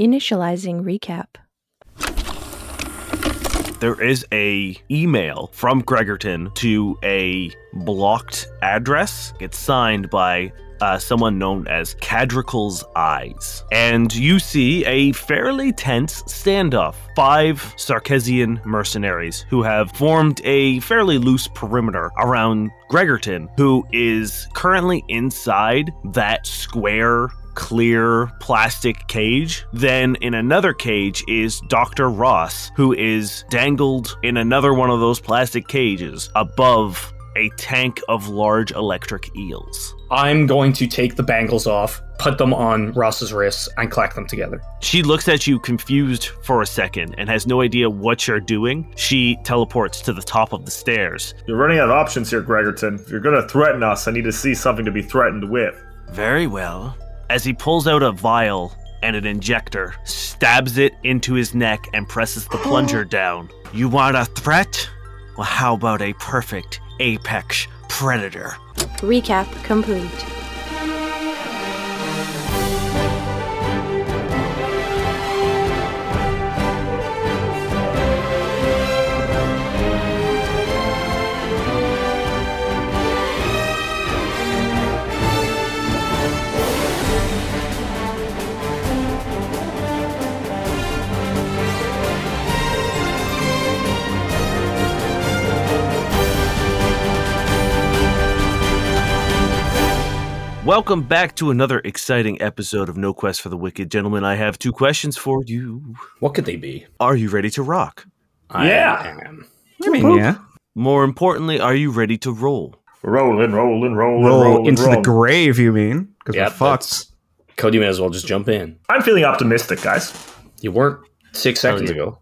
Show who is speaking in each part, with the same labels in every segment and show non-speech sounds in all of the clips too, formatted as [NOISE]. Speaker 1: Initializing recap.
Speaker 2: there is a email from Gregerton to a blocked address. It's signed by uh, someone known as Cadricle's Eyes. And you see a fairly tense standoff. Five Sarkesian mercenaries who have formed a fairly loose perimeter around Gregerton, who is currently inside that square clear plastic cage. Then in another cage is Dr. Ross, who is dangled in another one of those plastic cages above a tank of large electric eels.
Speaker 3: I'm going to take the bangles off, put them on Ross's wrists, and clack them together.
Speaker 2: She looks at you confused for a second and has no idea what you're doing. She teleports to the top of the stairs.
Speaker 4: You're running out of options here, Gregerton. If you're gonna threaten us, I need to see something to be threatened with.
Speaker 2: Very well. As he pulls out a vial and an injector, stabs it into his neck, and presses the plunger down. You want a threat? Well, how about a perfect apex predator?
Speaker 1: Recap complete.
Speaker 2: Welcome back to another exciting episode of No Quest for the Wicked. Gentlemen, I have two questions for you.
Speaker 3: What could they be?
Speaker 2: Are you ready to rock?
Speaker 4: Yeah.
Speaker 3: I am.
Speaker 5: I mean, yeah.
Speaker 2: More importantly, are you ready to roll?
Speaker 4: Rolling, rolling, rolling,
Speaker 5: Roll
Speaker 4: rolling,
Speaker 5: into the
Speaker 4: rolling.
Speaker 5: grave, you mean? Because
Speaker 3: Yep,
Speaker 5: we're fucked. [LAUGHS]
Speaker 3: that's- Cody may as well just jump in.
Speaker 4: I'm feeling optimistic, guys.
Speaker 3: You weren't six seconds
Speaker 2: yeah.
Speaker 3: ago.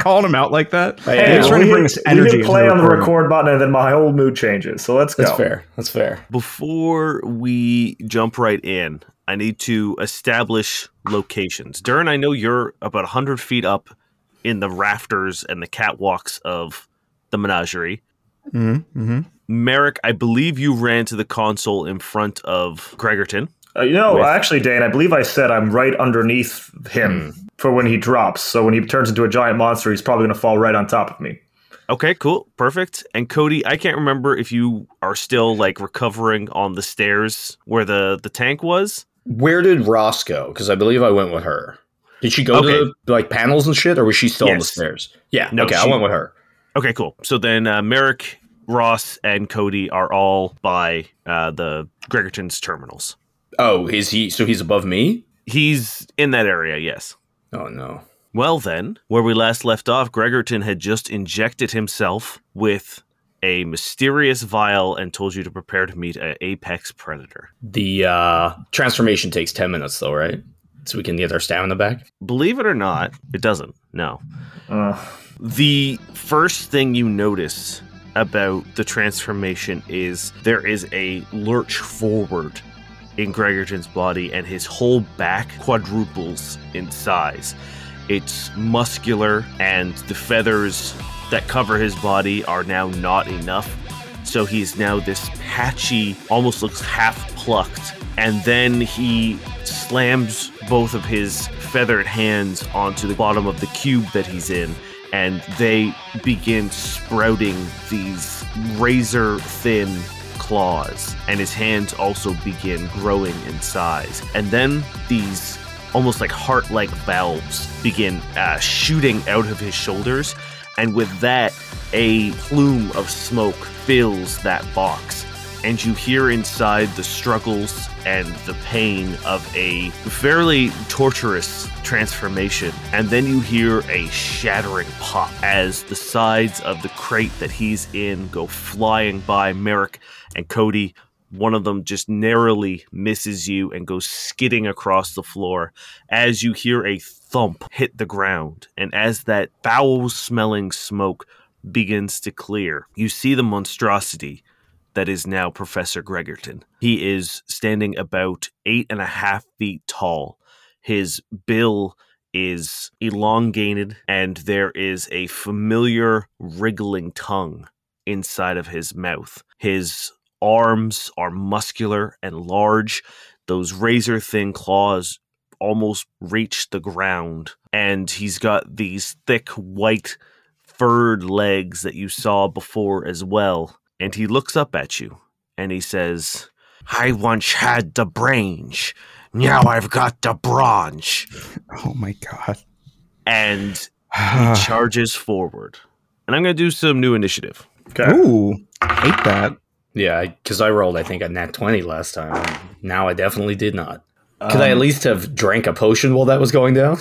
Speaker 5: Calling him out like that.
Speaker 3: Hey,
Speaker 5: he was trying to
Speaker 4: we
Speaker 5: bring
Speaker 4: hit-
Speaker 5: us energy.
Speaker 4: We
Speaker 5: into
Speaker 4: hit play on the
Speaker 5: recording.
Speaker 4: record button, and then my whole mood changes. So let's
Speaker 3: That's
Speaker 4: go.
Speaker 3: fair. That's fair.
Speaker 2: Before we jump right in, I need to establish locations. Durin, I know you're about 100 feet up in the rafters and the catwalks of the menagerie.
Speaker 5: Mm-hmm, mm-hmm.
Speaker 2: Merrick, I believe you ran to the console in front of Gregerton.
Speaker 4: Uh, you know,
Speaker 2: With-
Speaker 4: actually, Dan, I believe I said I'm right underneath him
Speaker 5: Hmm.
Speaker 4: for when he drops. So when he turns into a giant monster, he's probably going to fall right on top of me.
Speaker 2: Okay, cool. Perfect. And Cody, I can't remember if you are still like recovering on the stairs where the the tank was.
Speaker 3: Where did Ross go? Because I believe I went with her. Did she go
Speaker 2: Okay.
Speaker 3: to the, like panels and shit, or was she still on the
Speaker 2: Yes.
Speaker 3: stairs? Yeah.
Speaker 2: No,
Speaker 3: okay,
Speaker 2: she-
Speaker 3: I went with her.
Speaker 2: Okay, cool. So then uh, Merrick, Ross, and Cody are all by uh, the Gregerton's terminals.
Speaker 3: Oh, is he? So he's above me?
Speaker 2: He's in that area, yes.
Speaker 3: Oh no.
Speaker 2: Well, then, where we last left off, Gregerton had just injected himself with a mysterious vial and told you to prepare to meet an apex predator.
Speaker 3: The uh, transformation takes ten minutes though, right? So we can get our stamina back.
Speaker 2: Believe it or not, it doesn't. No.
Speaker 4: Uh,
Speaker 2: The first thing you notice about the transformation is there is a lurch forward in Gregerton's body, and his whole back quadruples in size. It's muscular, and the feathers that cover his body are now not enough. So he's now this patchy, almost looks half plucked. And then he slams both of his feathered hands onto the bottom of the cube that he's in and they begin sprouting these razor thin claws and his hands also begin growing in size and then these almost like heart-like valves begin uh, shooting out of his shoulders and with that a plume of smoke fills that box and you hear inside the struggles and the pain of a fairly torturous transformation. And then you hear a shattering pop as the sides of the crate that he's in go flying by Merrick and Cody. One of them just narrowly misses you and goes skidding across the floor as you hear a thump hit the ground. And as that foul smelling smoke begins to clear, you see the monstrosity that is now Professor Gregerton. He is standing about eight and a half feet tall. His bill is elongated, and there is a familiar wriggling tongue inside of his mouth. His arms are muscular and large. Those razor thin claws almost reach the ground, and he's got these thick white furred legs that you saw before as well. And he looks up at you and he says, I once had the brains. Now I've got the bronze.
Speaker 5: Oh my god.
Speaker 2: And
Speaker 5: Ah.
Speaker 2: he
Speaker 5: [SIGHS]
Speaker 2: charges forward. And I'm going to do some new initiative.
Speaker 4: Okay.
Speaker 5: Ooh, hate that.
Speaker 3: Yeah, because I rolled, I think, a nat 20 last time. Now I definitely did not. Could I at least have drank a potion while that was going down?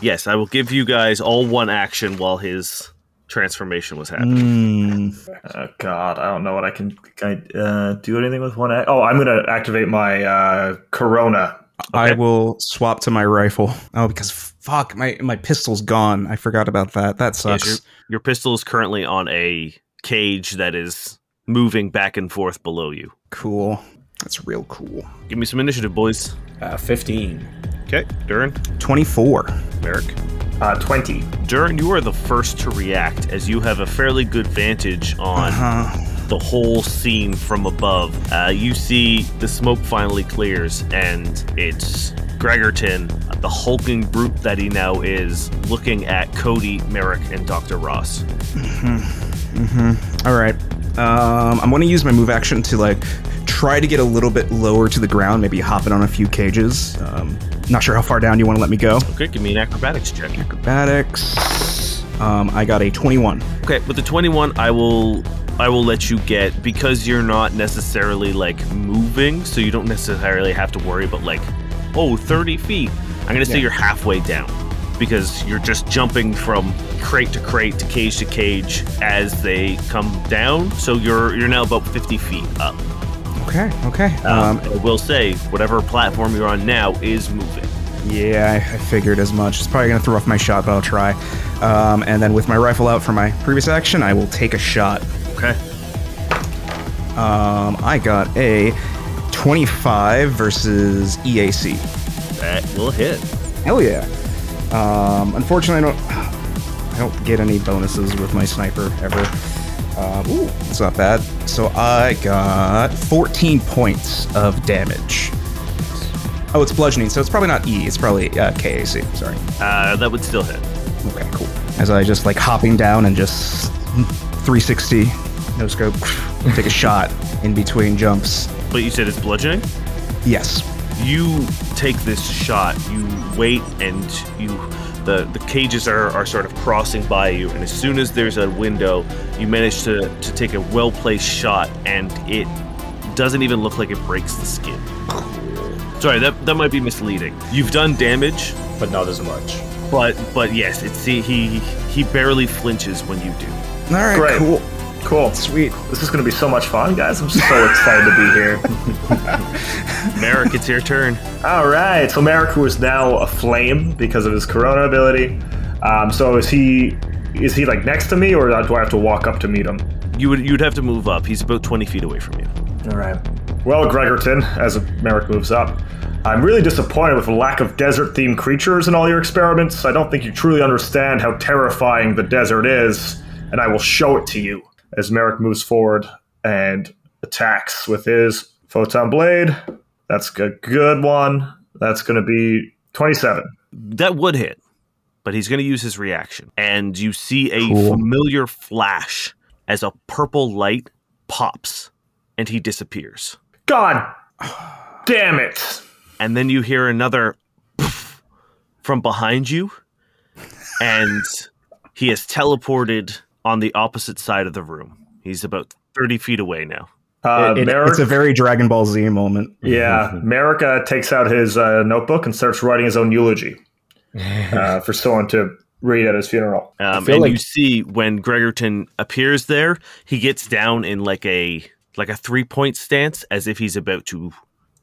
Speaker 2: Yes, I will give you guys all one action while his transformation was
Speaker 5: Mm,
Speaker 2: happening.
Speaker 4: Oh, God, I don't know what I can, can I, uh, do anything with one. Act- oh, I'm gonna activate my uh, Corona.
Speaker 5: I will swap to my rifle. Oh, because fuck, my my pistol's gone. I forgot about that. That
Speaker 2: Yes,
Speaker 5: sucks.
Speaker 2: your, your pistol is currently on a cage that is moving back and forth below you.
Speaker 5: Cool. That's real cool.
Speaker 2: Give me some initiative, boys.
Speaker 3: Uh, 15.
Speaker 2: Okay, Durin.
Speaker 5: Twenty-four.
Speaker 2: Merrick.
Speaker 4: Uh, Twenty.
Speaker 2: Durin, you are the first to react as you have a fairly good vantage on
Speaker 5: Uh,
Speaker 2: the whole scene from above. Uh, you see the smoke finally clears, and it's Gregerton, the hulking brute that he now is, looking at Cody, Merrick, and Dr. Ross.
Speaker 5: Mm-hmm. all right. Um, I'm going to use my move action to like try to get a little bit lower to the ground. Maybe hopping on a few cages. Um, not sure how far down you want to let me go.
Speaker 2: Okay, give me an acrobatics check.
Speaker 5: Acrobatics. Um, I got a 21.
Speaker 2: Okay, with the 21, I will I will let you get because you're not necessarily like moving, so you don't necessarily have to worry about like, oh, 30 feet. I'm gonna say
Speaker 5: Yeah.
Speaker 2: you're halfway down because you're just jumping from crate to crate to cage to cage as they come down. So you're you're now about 50 feet up.
Speaker 5: Okay. Okay.
Speaker 2: Um,
Speaker 5: Um,
Speaker 2: I will say whatever platform you're on now is moving.
Speaker 5: yeah, I, I figured as much. It's probably gonna throw off my shot, but I'll try. Um, and then with my rifle out for my previous action, I will take a shot.
Speaker 2: Okay.
Speaker 5: Um, I got a 25 versus E EAC.
Speaker 2: That will hit.
Speaker 5: Hell yeah. Um, unfortunately, I don't. I don't get any bonuses with my sniper ever. Um, ooh, it's not bad. So I got 14 points of damage. Oh, it's bludgeoning, so it's probably not E. It's probably uh, KAC. Sorry.
Speaker 2: Uh, that would still hit.
Speaker 5: Okay, cool. As I just like hopping down and just 360 no scope, [LAUGHS] take a shot in between jumps.
Speaker 2: But you said it's bludgeoning?
Speaker 5: Yes.
Speaker 2: you take this shot you wait and you the, the cages are, are sort of crossing by you and as soon as there's a window you manage to, to take a well-placed shot and it doesn't even look like it breaks the skin sorry that, that might be misleading you've done damage
Speaker 3: But not as much.
Speaker 2: but but yes it's he he, he barely flinches when you do
Speaker 5: All right,
Speaker 4: Great.
Speaker 5: cool.
Speaker 4: Cool.
Speaker 5: Sweet.
Speaker 4: This is gonna be so much fun, guys. I'm so excited to be here.
Speaker 2: merrick it's your turn
Speaker 4: All right. So Merrick, who is now aflame because of his Corona ability, um, so is he? Is he like next to me, or do I have to walk up to meet him?
Speaker 2: you would you'd have to move up he's about 20 feet away from you
Speaker 4: All right. Well, Gregerton, as Merrick moves up, I'm really disappointed with the lack of desert themed creatures in all your experiments. I don't think you truly understand how terrifying the desert is, and I will show it to you. As Merrick moves forward and attacks with his photon blade, that's a good one. That's going to be 27.
Speaker 2: that would hit, but he's going to use his reaction. And you see a
Speaker 5: Cool.
Speaker 2: familiar flash as a purple light pops and he disappears.
Speaker 4: God damn it.
Speaker 2: And then you hear another [LAUGHS] poof from behind you, and he is teleported on the opposite side of the room. He's about 30 feet away now.
Speaker 4: Uh,
Speaker 5: It-
Speaker 4: Merrick,
Speaker 5: it's a very Dragon Ball Z moment.
Speaker 4: yeah, Merrick uh, takes out his uh, notebook and starts writing his own eulogy. uh, for someone to read at his funeral.
Speaker 2: Um,
Speaker 3: feel
Speaker 2: and
Speaker 3: like-
Speaker 2: you see when Gregerton appears there, he gets down in like a like a three point stance as if he's about to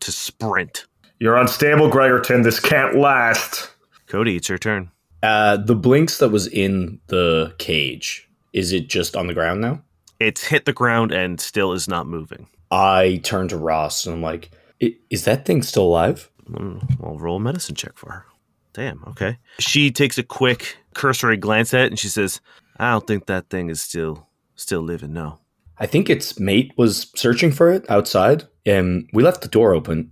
Speaker 2: to sprint.
Speaker 4: You're unstable, Gregerton. This can't last.
Speaker 2: Cody, it's your turn.
Speaker 3: Uh, the blinks that was in the cage, is it just on the ground now?
Speaker 2: It's hit the ground and still is not moving.
Speaker 3: I turn to Ross and I'm like, "I- is that thing still alive?
Speaker 2: Mm, I'll roll a medicine check for her. Damn, okay. She takes a quick cursory glance at it and she says, I don't think that thing is still still living, no.
Speaker 3: I think its mate was searching for it outside, and we left the door open.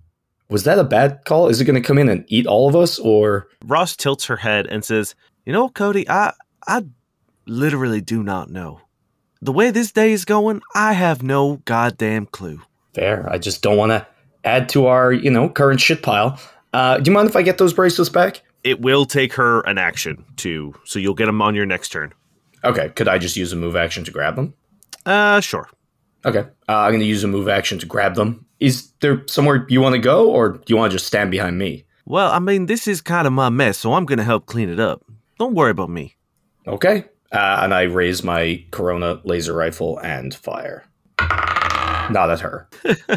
Speaker 3: was that a bad call? Is it going to come in and eat all of us? Or
Speaker 2: Ross tilts her head and says, "You know, Cody, I I literally do not know. The way this day is going, I have no goddamn clue."
Speaker 3: fair, I just don't want to add to our, you know, current shit pile. Uh, do you mind if I get those bracelets back?
Speaker 2: It will take her an action to, so you'll get them on your next turn.
Speaker 3: Okay, could I just use a move action to grab them?
Speaker 2: Uh, sure.
Speaker 3: Okay, uh, I'm going to use a move action to grab them. Is there somewhere you want to go, or do you want to just stand behind me?
Speaker 2: Well, I mean, this is kind of my mess, so I'm gonna help clean it up. Don't worry about me.
Speaker 3: Okay. Uh, and I raise my Corona laser rifle and fire. Not at her. [LAUGHS]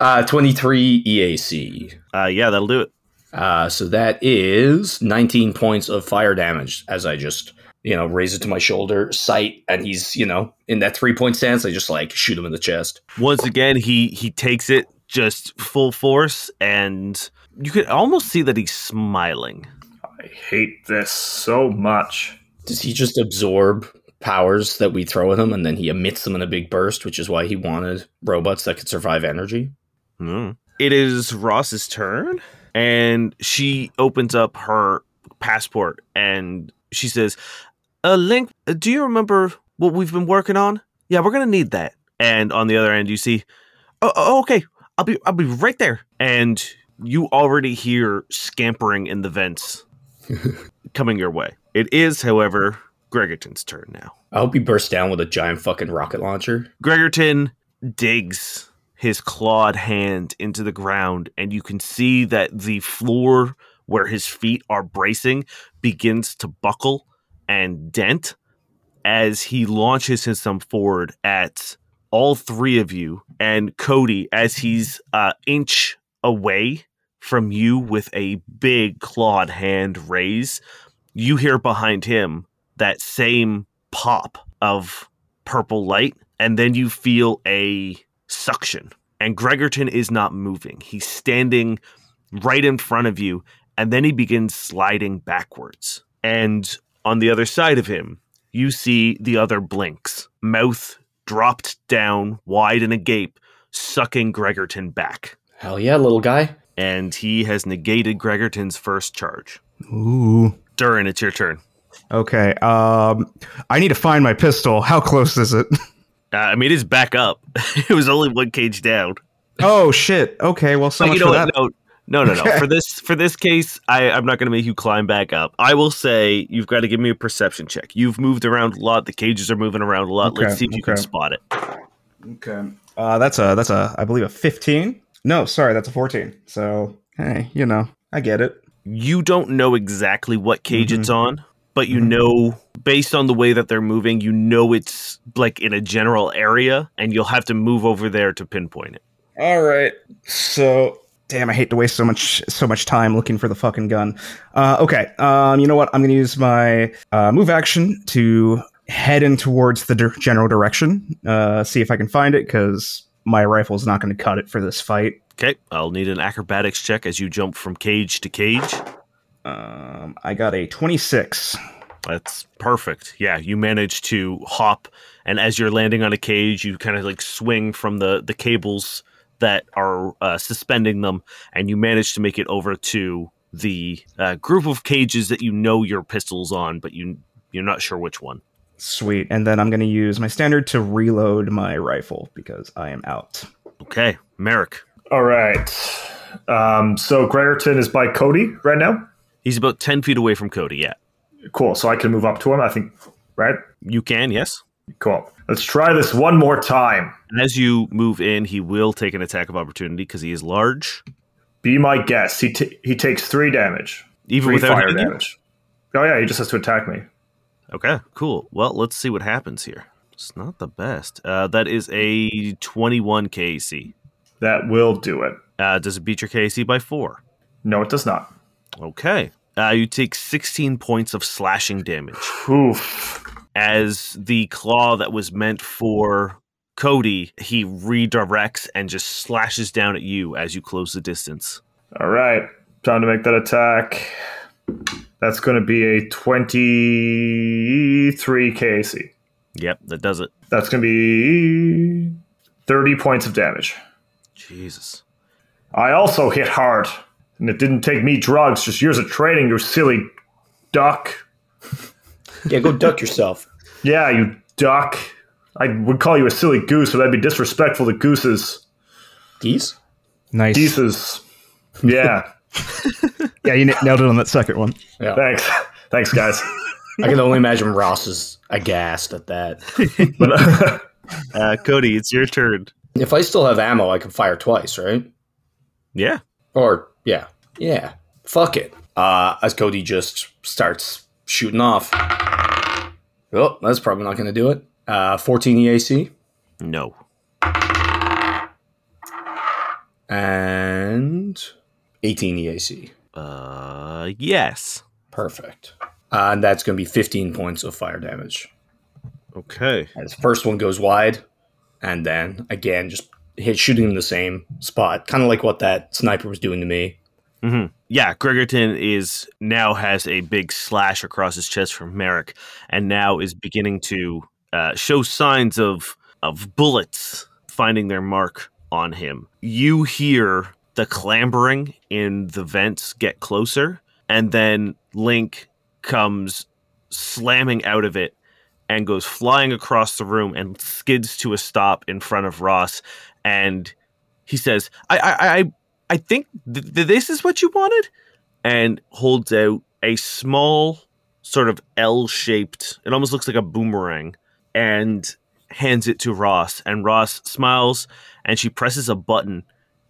Speaker 3: uh, 23 EAC.
Speaker 2: Uh, yeah, that'll do it.
Speaker 3: Uh, so that is 19 points of fire damage as I just, you know, raise it to my shoulder, sight, and he's, you know, in that three point stance. I just like shoot him in the chest.
Speaker 2: Once again, he he takes it just full force, and you could almost see that he's smiling.
Speaker 4: I hate this so much.
Speaker 3: Does he just absorb powers that we throw at him and then he emits them in a big burst, which is why he wanted robots that could survive energy?
Speaker 2: Mm. It is Ross's turn, and she opens up her passport and she says, uh, Link, uh, do you remember what we've been working on? Yeah, we're gonna need that. And on the other end, you see, oh, oh, okay, I'll be, I'll be right there. And you already hear scampering in the vents coming your way. It is, however, Gregerton's turn now.
Speaker 3: I hope he bursts down with a giant fucking rocket launcher.
Speaker 2: Gregerton digs his clawed hand into the ground, and you can see that the floor where his feet are bracing begins to buckle and dent as he launches his thumb forward at all three of you and Cody as he's uh, inch away from you with a big clawed hand raise. You hear behind him that same pop of purple light, and then you feel a suction. And Gregerton is not moving. He's standing right in front of you, and then he begins sliding backwards. And on the other side of him, you see the other blinks, mouth dropped down, wide and agape, sucking Gregerton back.
Speaker 3: Hell yeah, little guy.
Speaker 2: And he has negated Gregerton's first charge.
Speaker 5: Ooh.
Speaker 2: Durin, it's your turn.
Speaker 5: Okay. Um, I need to find my pistol. How close is it? [LAUGHS]
Speaker 2: Uh, I mean, it's back up. [LAUGHS] it was only one cage down.
Speaker 5: oh shit. Okay. Well, so
Speaker 2: But
Speaker 5: much
Speaker 2: you know
Speaker 5: for
Speaker 2: what?
Speaker 5: that.
Speaker 2: No, no, no, no.
Speaker 5: [LAUGHS] Okay.
Speaker 2: For this, for this case, I, I'm not going to make you climb back up. I will say you've got to give me a perception check. You've moved around a lot. The cages are moving around a lot.
Speaker 5: Okay,
Speaker 2: Let's see if you can
Speaker 5: okay.
Speaker 2: spot it.
Speaker 5: Okay. Uh, that's a that's a I believe a fifteen. No, sorry, that's a fourteen. So hey, you know, I get it.
Speaker 2: You don't know exactly what cage it's
Speaker 5: Mm-hmm.
Speaker 2: on, but you know based on the way that they're moving, you know it's like in a general area, and you'll have to move over there to pinpoint it.
Speaker 5: All right. So damn, I hate to waste so much so much time looking for the fucking gun. Uh, okay. Um, you know what? I'm gonna use my uh, move action to head in towards the dir- general direction. Uh, see if I can find it because my rifle's not going to cut it for this fight.
Speaker 2: Okay, I'll need an acrobatics check as you jump from cage to cage.
Speaker 5: Um, I got a 26.
Speaker 2: That's perfect. Yeah, you manage to hop, and as you're landing on a cage, you kind of like swing from the the cables that are uh, suspending them, and you manage to make it over to the uh, group of cages that you know your pistols on, but you you're not sure which one.
Speaker 5: Sweet. And then I'm going to use my standard to reload my rifle because I am out.
Speaker 2: Okay, Merrick.
Speaker 4: All right. Um, so Gregerton is by Cody right now.
Speaker 2: He's about ten feet away from Cody. Yeah,
Speaker 4: Cool. So I can move up to him. I think. Right.
Speaker 2: you can. Yes.
Speaker 4: Cool. Let's try this one more time.
Speaker 2: And as you move in, he will take an attack of opportunity because he is large,
Speaker 4: Be my guest. He t- he takes three damage.
Speaker 2: even
Speaker 4: Three
Speaker 2: without
Speaker 4: fire
Speaker 2: hitting you?
Speaker 4: damage. Oh yeah, he just has to attack me.
Speaker 2: Okay, cool. Well, let's see what happens here. It's not the best. Uh, that is a 21 KC.
Speaker 4: That will do it.
Speaker 2: Uh, does it beat your KC by four?
Speaker 4: No, it does not.
Speaker 2: Okay. Uh, you take 16 points of slashing damage
Speaker 4: Oof.
Speaker 2: as the claw that was meant for Cody, he redirects and just slashes down at you as you close the distance.
Speaker 4: All right. Time to make that attack. That's going to be a 23 KC.
Speaker 2: Yep, that does it.
Speaker 4: That's going to be 30 points of damage.
Speaker 2: Jesus.
Speaker 4: I also hit hard, and it didn't take me drugs, just years of training, you silly duck.
Speaker 3: Yeah, go duck yourself. [LAUGHS]
Speaker 4: Yeah, you duck. I would call you a silly goose, but that'd be disrespectful to gooses.
Speaker 3: Geese?
Speaker 5: Nice.
Speaker 4: Geeses. Yeah.
Speaker 5: [LAUGHS] Yeah, you n- nailed it on that second one.
Speaker 3: Yeah.
Speaker 4: Thanks. Thanks, guys.
Speaker 3: I can only imagine Ross is aghast at that.
Speaker 4: But,
Speaker 2: Uh, Cody, it's your turn.
Speaker 3: If I still have ammo, I can fire twice, right?
Speaker 2: Yeah.
Speaker 3: Or yeah, yeah. Fuck it. Uh, as Cody just starts shooting off. Well, Oh, that's probably not going to do it. Uh, 14 EAC
Speaker 2: No.
Speaker 3: and E 18 EAC.
Speaker 2: Uh, yes.
Speaker 3: Perfect. Uh, and that's going to be 15 points of fire damage.
Speaker 2: Okay.
Speaker 3: As first one goes wide, and then again just hit shooting in the same spot, kind of like what that sniper was doing to me.
Speaker 2: hmm Yeah, Gregerton is now has a big slash across his chest from Merrick, and now is beginning to uh, show signs of of bullets finding their mark on him. You hear the clambering in the vents get closer, and then Link comes slamming out of it and goes flying across the room and skids to a stop in front of Ross, and he says, "I, I, I I think th- th- this is what you wanted, and holds out a small sort of L-shaped. It almost looks like a boomerang, and hands it to Ross. And Ross smiles, and she presses a button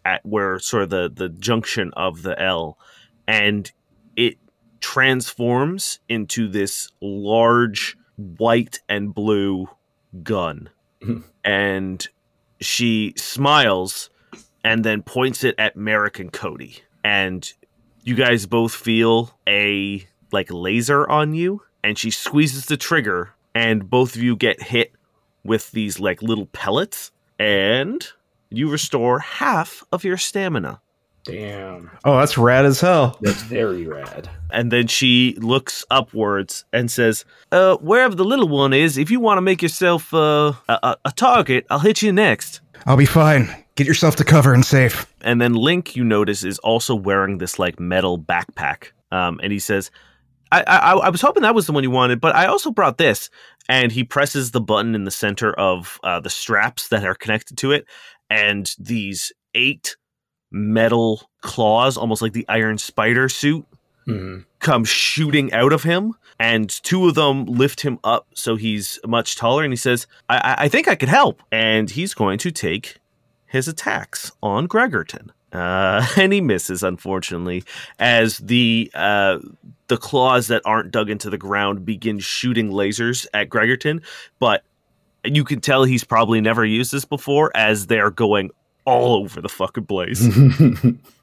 Speaker 2: at where sort of the the junction of the L, and it transforms into this large white and blue gun,
Speaker 3: Mhm.
Speaker 2: and she smiles and then points it at Merrick and Cody. And you guys both feel a like laser on you, and she squeezes the trigger, and both of you get hit with these like little pellets, and you restore half of your stamina.
Speaker 3: Damn,
Speaker 5: Oh, that's rad as hell.
Speaker 3: that's very rad.
Speaker 2: And then she looks upwards and says, uh, wherever the little one is, if you want to make yourself uh, a, a, a target, I'll hit you next.
Speaker 5: I'll be fine. Get yourself to cover and safe.
Speaker 2: And then Link, you notice, is also wearing this like metal backpack. Um, and he says, I, I I was hoping that was the one you wanted, but I also brought this. And he presses the button in the center of uh, the straps that are connected to it, and these eight metal claws, almost like the Iron Spider suit,
Speaker 3: [LAUGHS] Mhm.
Speaker 2: come shooting out of him, and two of them lift him up so he's much taller. And he says, I, I, I think I could help. And he's going to take his attacks on Gregerton. Uh, [LAUGHS] and he misses, unfortunately, as the uh, the claws that aren't dug into the ground begin shooting lasers at Gregerton. But you can tell he's probably never used this before, as they're going all over the fucking place.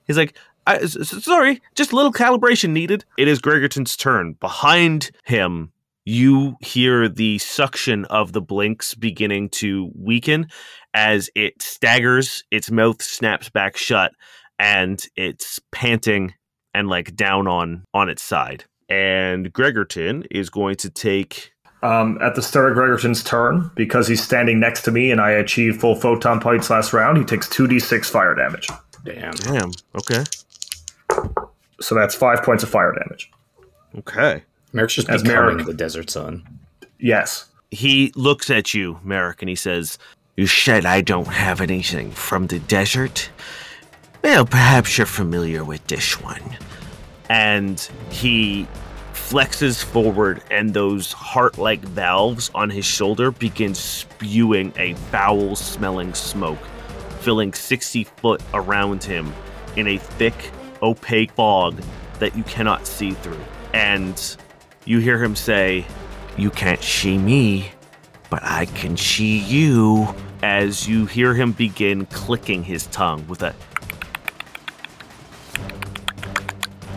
Speaker 2: He's like, I, s- s- sorry, just a little calibration needed. It is Gregerton's turn. Behind him, you hear the suction of the blinks beginning to weaken as it staggers, its mouth snaps back shut, and it's panting and like down on on its side. And Gregerton is going to take
Speaker 4: um, at the start of Gregerton's turn, because he's standing next to me and I achieved full photon points last round, he takes 2d6 fire damage.
Speaker 3: Damn.
Speaker 2: damn. Okay.
Speaker 4: So that's five points of fire damage.
Speaker 2: Okay.
Speaker 3: Merrick's just
Speaker 4: That's
Speaker 3: becoming
Speaker 4: Merrick.
Speaker 3: the desert sun.
Speaker 4: Yes.
Speaker 2: He looks at you, Merrick, and he says, You said I don't have anything from the desert? Well, perhaps you're familiar with this one. And he flexes forward, and those heart like valves on his shoulder begin spewing a foul smelling smoke, filling 60 foot around him in a thick, opaque fog that you cannot see through. And you hear him say, you can't see me, but I can see you. As you hear him begin clicking his tongue with a.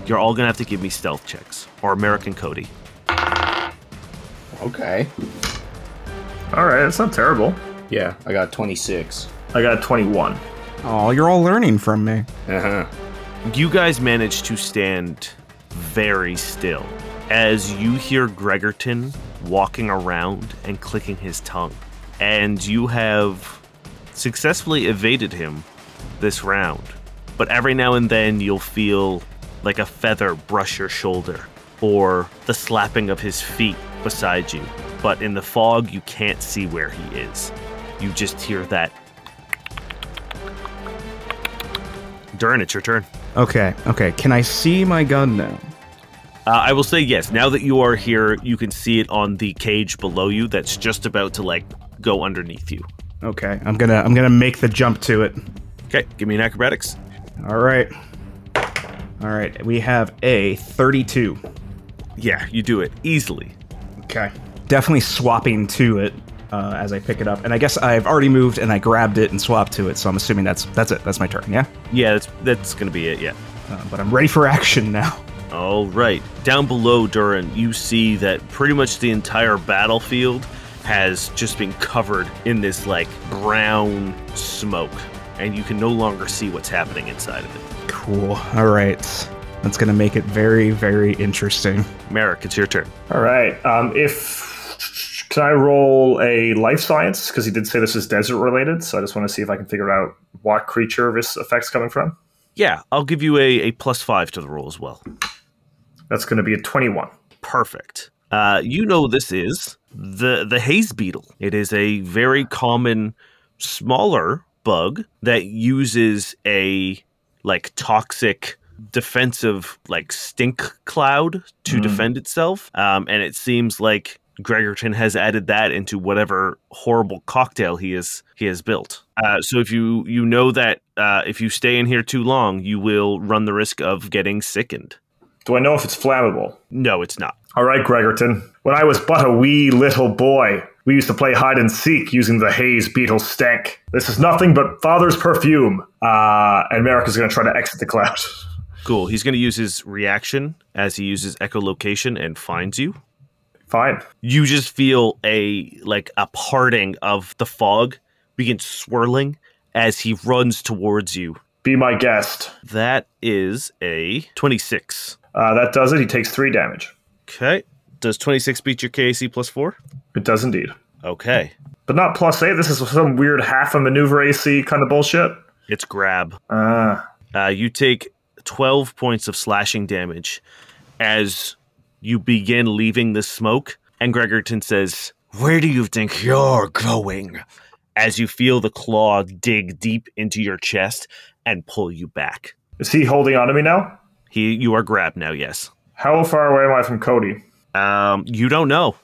Speaker 2: You're all gonna have to give me stealth checks or American Cody.
Speaker 3: Okay.
Speaker 4: All right, that's not terrible.
Speaker 3: Yeah, I got 26.
Speaker 4: I got 21.
Speaker 5: Oh, you're all learning from me.
Speaker 3: Uh-huh.
Speaker 2: You guys manage to stand very still as you hear Gregerton walking around and clicking his tongue. And you have successfully evaded him this round. but every now and then you'll feel like a feather brush your shoulder or the slapping of his feet beside you. But in the fog, you can't see where he is. You just hear that. Durin, it's your turn.
Speaker 5: Okay, okay. Can I see my gun now?
Speaker 2: Uh, I will say yes. Now that you are here, you can see it on the cage below you. That's just about to like go underneath you.
Speaker 5: Okay, I'm gonna I'm gonna make the jump to it.
Speaker 2: Okay, give me an acrobatics.
Speaker 5: All right, all right. We have a 32.
Speaker 2: Yeah, you do it easily.
Speaker 5: Okay, definitely swapping to it uh, as I pick it up, and I guess I've already moved and I grabbed it and swapped to it. So I'm assuming that's that's it. That's my turn. Yeah,
Speaker 2: Yeah, that's that's gonna be it. Yeah.
Speaker 5: uh, but I'm ready for [LAUGHS] action now.
Speaker 2: All right. Down below, Durin, you see that pretty much the entire battlefield has just been covered in this like brown smoke, and you can no longer see what's happening inside of it.
Speaker 5: Cool. All right, that's gonna make it very very interesting.
Speaker 2: Merrick, it's your turn.
Speaker 4: All right. Um, if can I roll a life science because he did say this is desert related, so I just want to see if I can figure out what creature this effect's coming from.
Speaker 2: Yeah, I'll give you a, a plus five to the roll as well.
Speaker 4: That's going to be a twenty-one.
Speaker 2: Perfect. Uh, you know this is the the haze beetle. It is a very common smaller bug that uses a like toxic defensive like stink cloud to defend itself. Um, and it seems like Gregerton has added that into whatever horrible cocktail he is he has built. Uh, so if you you know that uh, if you stay in here too long, you will run the risk of getting sickened.
Speaker 4: Do I know if it's flammable?
Speaker 2: No, it's not.
Speaker 4: All right, Gregerton. When I was but a wee little boy, we used to play hide and seek using the haze beetle stank. This is nothing but father's perfume. Uh, and Merrick is going to try to exit the cloud. [LAUGHS]
Speaker 2: Cool. He's going to use his reaction as he uses echolocation and finds you.
Speaker 4: Fine.
Speaker 2: You just feel a like a parting of the fog begins swirling as he runs towards you.
Speaker 4: Be my guest.
Speaker 2: That is a 26.
Speaker 4: Uh, that does it. He takes three damage.
Speaker 2: Okay. Does 26 beat your KAC plus 4?
Speaker 4: It does indeed.
Speaker 2: Okay.
Speaker 4: But not plus eight. This is some weird half a maneuver AC kind of bullshit.
Speaker 2: It's grab.
Speaker 4: Uh,
Speaker 2: Uh, you take 12 points of slashing damage as you begin leaving the smoke. And Gregerton says, Where do you think you're going? As you feel the claw dig deep into your chest and pull you back.
Speaker 4: is he holding on to me now?
Speaker 2: He, you are grabbed now, yes.
Speaker 4: How far away am I from Cody?
Speaker 2: Um, you don't know.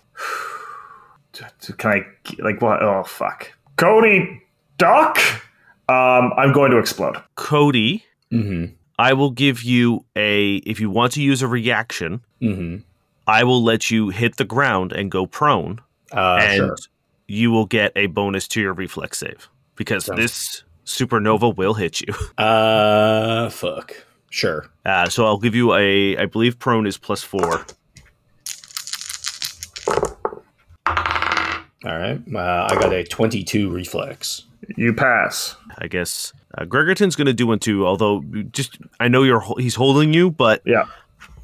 Speaker 4: Can I, like, what? Oh, fuck. Cody, duck? Um, I'm going to explode.
Speaker 2: Cody,
Speaker 3: Mm
Speaker 2: I will give you a, if you want to use a reaction,
Speaker 3: hmm. Mm
Speaker 2: I will let you hit the ground and go prone.
Speaker 3: hmm. Uh,
Speaker 2: and
Speaker 3: sure.
Speaker 2: you will get a bonus to your reflex save because
Speaker 3: Sounds-
Speaker 2: this supernova will hit you. [LAUGHS]
Speaker 3: Uh, fuck. Sure.
Speaker 2: Uh, so I'll give you a, I believe prone is plus four.
Speaker 3: All right. Uh, I got a 22 reflex.
Speaker 4: You pass.
Speaker 2: I guess uh, Gregerton's going to do one too. Although, you just I know you're hol- he's holding you, but
Speaker 4: Yeah,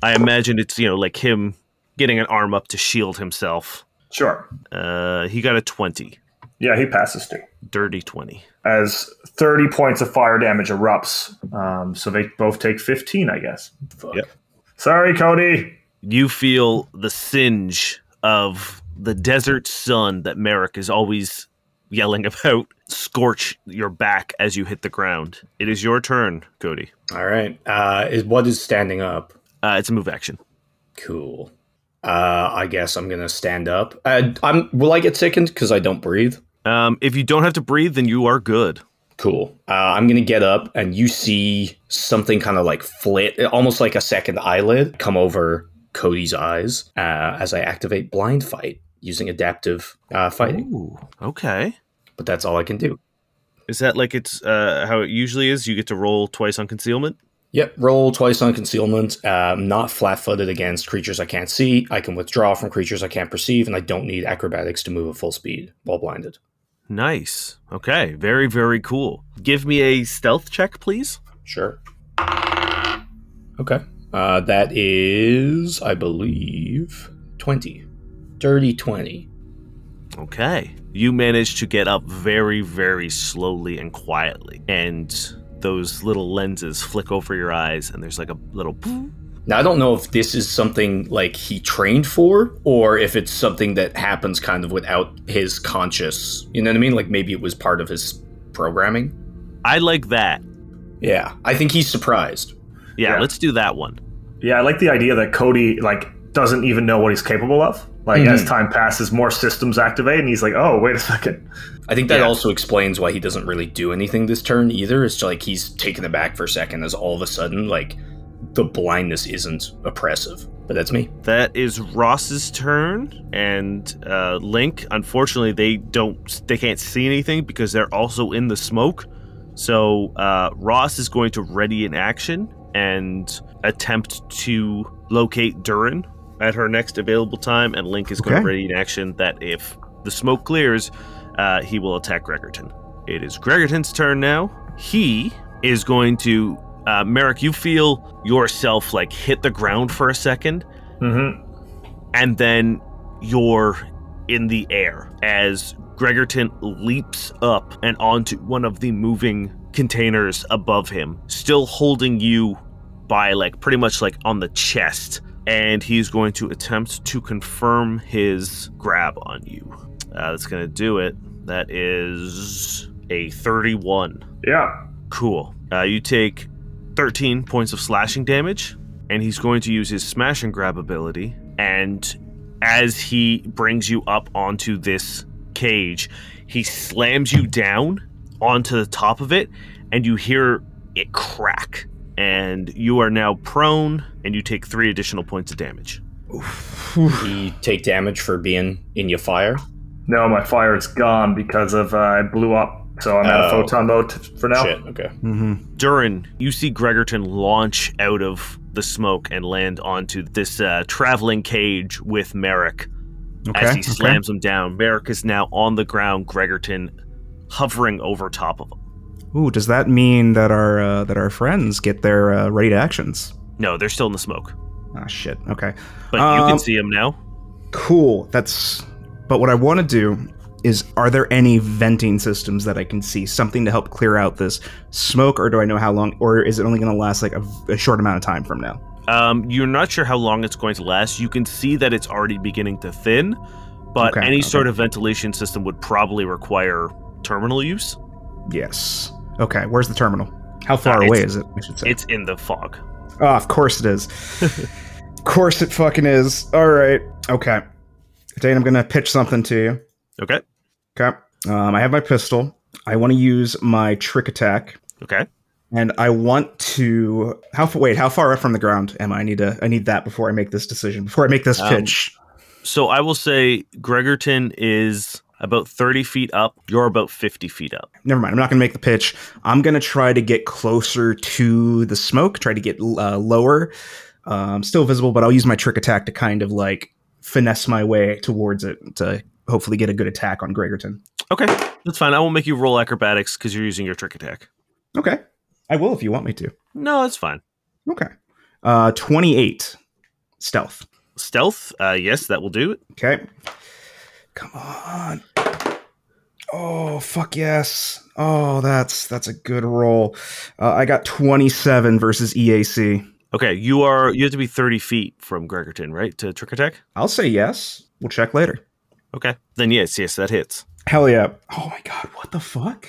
Speaker 2: I imagine it's you know like him getting an arm up to shield himself.
Speaker 4: sure.
Speaker 2: Uh, he got a twenty,
Speaker 4: Yeah, he passes too.
Speaker 2: dirty twenty.
Speaker 4: As 30 points of fire damage erupts. Um, so they both take 15, I guess.
Speaker 3: Fuck.
Speaker 2: Yep.
Speaker 4: Sorry, Cody.
Speaker 2: you feel the singe of the desert sun that Merrick is always yelling [LAUGHS] about scorch your back as you hit the ground. It is your turn, Cody.
Speaker 3: All right. Uh, is what is standing up?
Speaker 2: Uh, it's a move action.
Speaker 3: Cool. Uh, I guess I'm gonna stand up. Uh, I'm. Will I get sickened because I don't breathe?
Speaker 2: Um, if you don't have to breathe, then you are good.
Speaker 3: Cool. Uh, I'm gonna get up, and you see something kind of like flit, almost like a second eyelid, come over Cody's eyes uh, as I activate blind fight using adaptive uh, fighting.
Speaker 2: Ooh, okay.
Speaker 3: But that's all I can do.
Speaker 2: Is that like it's uh, how it usually is? You get to roll twice on concealment.
Speaker 3: Yep, roll twice on concealment. Um, not flat footed against creatures I can't see. I can withdraw from creatures I can't perceive, and I don't need acrobatics to move at full speed while blinded.
Speaker 2: Nice. Okay. Very, very cool. Give me a stealth check, please.
Speaker 3: Sure. Okay. Uh, that is, I believe, 20. Dirty 20.
Speaker 2: Okay. You manage to get up very, very slowly and quietly. And those little lenses flick over your eyes, and there's like a little.
Speaker 3: Now, I don't know if this is something like he trained for or if it's something that happens kind of without his conscious. You know what I mean? Like maybe it was part of his programming.
Speaker 2: I like that.
Speaker 3: Yeah. I think he's surprised.
Speaker 2: Yeah,
Speaker 4: Yeah.
Speaker 2: let's do that one.
Speaker 4: Yeah, I like the idea that Cody like doesn't even know what he's capable of. Like as time passes, more systems activate, and he's like, "Oh, wait a second.
Speaker 3: I think that
Speaker 2: Yeah.
Speaker 3: also explains why he doesn't really do anything this turn either. It's like he's taken aback for a second as all of a sudden, like, the blindness isn't oppressive. But that's me.
Speaker 2: That is Ross's turn, and uh, Link. Unfortunately, they don't, they can't see anything because they're also in the smoke. So uh, Ross is going to ready an action and attempt to locate Durin at her next available time, and Link is going
Speaker 5: Okay.
Speaker 2: to ready an action that if the smoke clears, uh, he will attack Gregerton. It is Gregerton's turn now. He is going to. Uh, Merrick, you feel yourself like hit the ground for a second,
Speaker 4: Mm-hmm.
Speaker 2: and then you're in the air as Gregerton leaps up and onto one of the moving containers above him, still holding you by like pretty much like on the chest. And he's going to attempt to confirm his grab on you. Uh, that's going to do it. That is a 31.
Speaker 4: Yeah,
Speaker 2: Cool. Uh, you take 13 points of slashing damage, and he's going to use his smash and grab ability. And as he brings you up onto this cage, he slams you down onto the top of it, and you hear it crack. And you are now prone, and you take three additional points of damage.
Speaker 3: He take damage for being in your fire.
Speaker 4: no, my fire is gone because of uh, I blew up, so I'm out of
Speaker 3: Oh.
Speaker 4: photon mode t- for now.
Speaker 3: Shit. Okay.
Speaker 5: Mm-hmm.
Speaker 2: Durin, you see Gregerton launch out of the smoke and land onto this uh, traveling cage with Merrick.
Speaker 5: Okay.
Speaker 2: as
Speaker 5: okay.
Speaker 2: he slams him down. Merrick is now on the ground, Gregerton hovering over top of him.
Speaker 5: Ooh, does that mean that our uh, that our friends get their uh, ready to actions?
Speaker 2: No, they're still in the smoke.
Speaker 5: Ah, shit. Okay.
Speaker 2: But you
Speaker 5: Um,
Speaker 2: can see him now.
Speaker 5: Cool. That's. But what I want to do is, are there any venting systems that I can see? Something to help clear out this smoke, or do I know how long, or is it only going to last like a, a short amount of time from now?
Speaker 2: Um, you're not sure how long it's going to last. You can see that it's already beginning to thin, but
Speaker 5: Okay,
Speaker 2: any
Speaker 5: okay.
Speaker 2: sort of ventilation system would probably require terminal use.
Speaker 5: Yes. Okay. Where's the terminal? How far
Speaker 2: Uh,
Speaker 5: away
Speaker 2: it's-
Speaker 5: is it? I should say.
Speaker 2: It's in the fog.
Speaker 5: Oh, of course it
Speaker 2: [LAUGHS]
Speaker 5: is. of course it fucking is. All right. Okay. Dane, I'm going to pitch something to you.
Speaker 2: Okay.
Speaker 5: Okay. Um, I have my pistol. I want to use my trick attack.
Speaker 2: Okay.
Speaker 5: and I want to how f- wait how far up from the ground am I? I need to I need that before I make this decision before I make this
Speaker 2: Um,
Speaker 5: pitch.
Speaker 2: So I will say Gregerton is about 30 feet up. You're about 50 feet up.
Speaker 5: Never mind. I'm not going to make the pitch. I'm going to try to get closer to the smoke. Try to get uh, lower. Um, still visible, but I'll use my trick attack to kind of like finesse my way towards it to hopefully get a good attack on Gregerton.
Speaker 2: Okay. That's fine. I won't make you roll acrobatics because you're using your trick attack.
Speaker 5: Okay, I will if you want me to.
Speaker 2: No, that's fine.
Speaker 5: Okay, uh, twenty eight stealth.
Speaker 2: Stealth, uh, yes, that will do it.
Speaker 5: Okay. Come on. Oh fuck yes. Oh, that's that's a good roll. Uh, I got 27 versus E EAC.
Speaker 2: Okay, you are you have to be thirty feet from Gregerton, right, to trick attack.
Speaker 5: I'll say yes. We'll check later.
Speaker 2: Okay, then yes, yes, that hits.
Speaker 5: Hell yeah. Oh my god, what the fuck?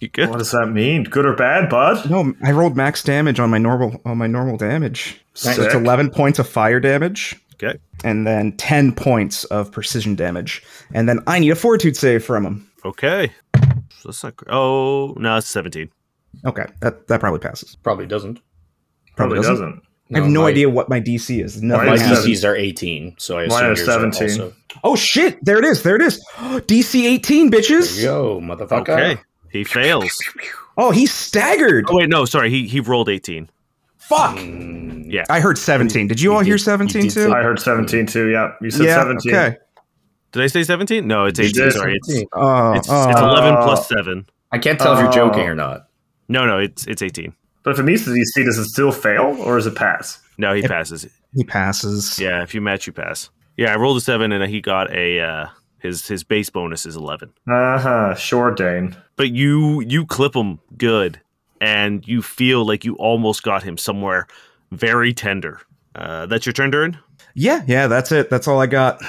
Speaker 2: You good?
Speaker 4: What does that mean? Good or bad, bud?
Speaker 5: No, I rolled max damage on my normal on my normal damage. So
Speaker 4: Sick.
Speaker 5: it's 11 points of fire damage
Speaker 2: Okay,
Speaker 5: and then 10 points of precision damage. And then I need a fortitude save from him.
Speaker 2: okay. So that's not. gr- Oh no, it's seventeen.
Speaker 5: Okay, that that probably passes.
Speaker 3: Probably doesn't.
Speaker 4: Probably
Speaker 5: doesn't.
Speaker 4: doesn't.
Speaker 5: I have no
Speaker 3: my-
Speaker 5: idea what my DC is. Nothing
Speaker 3: My
Speaker 4: Mine is
Speaker 5: happens.
Speaker 4: seven.
Speaker 3: DCs are 18, so I assume
Speaker 4: Mine are
Speaker 3: yours are
Speaker 4: 17.
Speaker 3: also.
Speaker 5: Oh shit! There it is. There it is. DC 18, [LAUGHS] bitches.
Speaker 3: Yo, motherfucker.
Speaker 2: Okay, he fails.
Speaker 5: Oh, he's staggered.
Speaker 2: Oh wait, no, sorry, he he rolled eighteen.
Speaker 5: Fuck.
Speaker 3: Mm,
Speaker 2: Yeah.
Speaker 5: I heard 17. Did you all
Speaker 3: did-
Speaker 5: hear
Speaker 3: you
Speaker 5: 17
Speaker 3: did
Speaker 5: too?
Speaker 4: I heard 17 too. Yeah, you said 17.
Speaker 5: Okay.
Speaker 2: Did I say seventeen? No, it's
Speaker 4: You
Speaker 2: eighteen.
Speaker 4: did.
Speaker 2: Sorry, it's it's,
Speaker 5: Oh,
Speaker 2: it's
Speaker 5: oh.
Speaker 2: eleven
Speaker 4: Uh,
Speaker 2: plus seven.
Speaker 3: I can't tell if you're
Speaker 4: Oh.
Speaker 3: joking or not.
Speaker 2: No, no, it's it's eighteen.
Speaker 4: But if it meets the DC, does it still fail or is it pass?
Speaker 2: No, he passes.
Speaker 5: he passes.
Speaker 2: Yeah, if you match, you pass. Yeah, I rolled a seven, and he got a uh, his his base bonus is eleven.
Speaker 4: Uh huh. Sure, Uh-huh, Dane.
Speaker 2: but you you clip him good and you feel like you almost got him somewhere very tender. Uh, that's your turn, Durin?
Speaker 5: Yeah, yeah, that's it. That's all I got.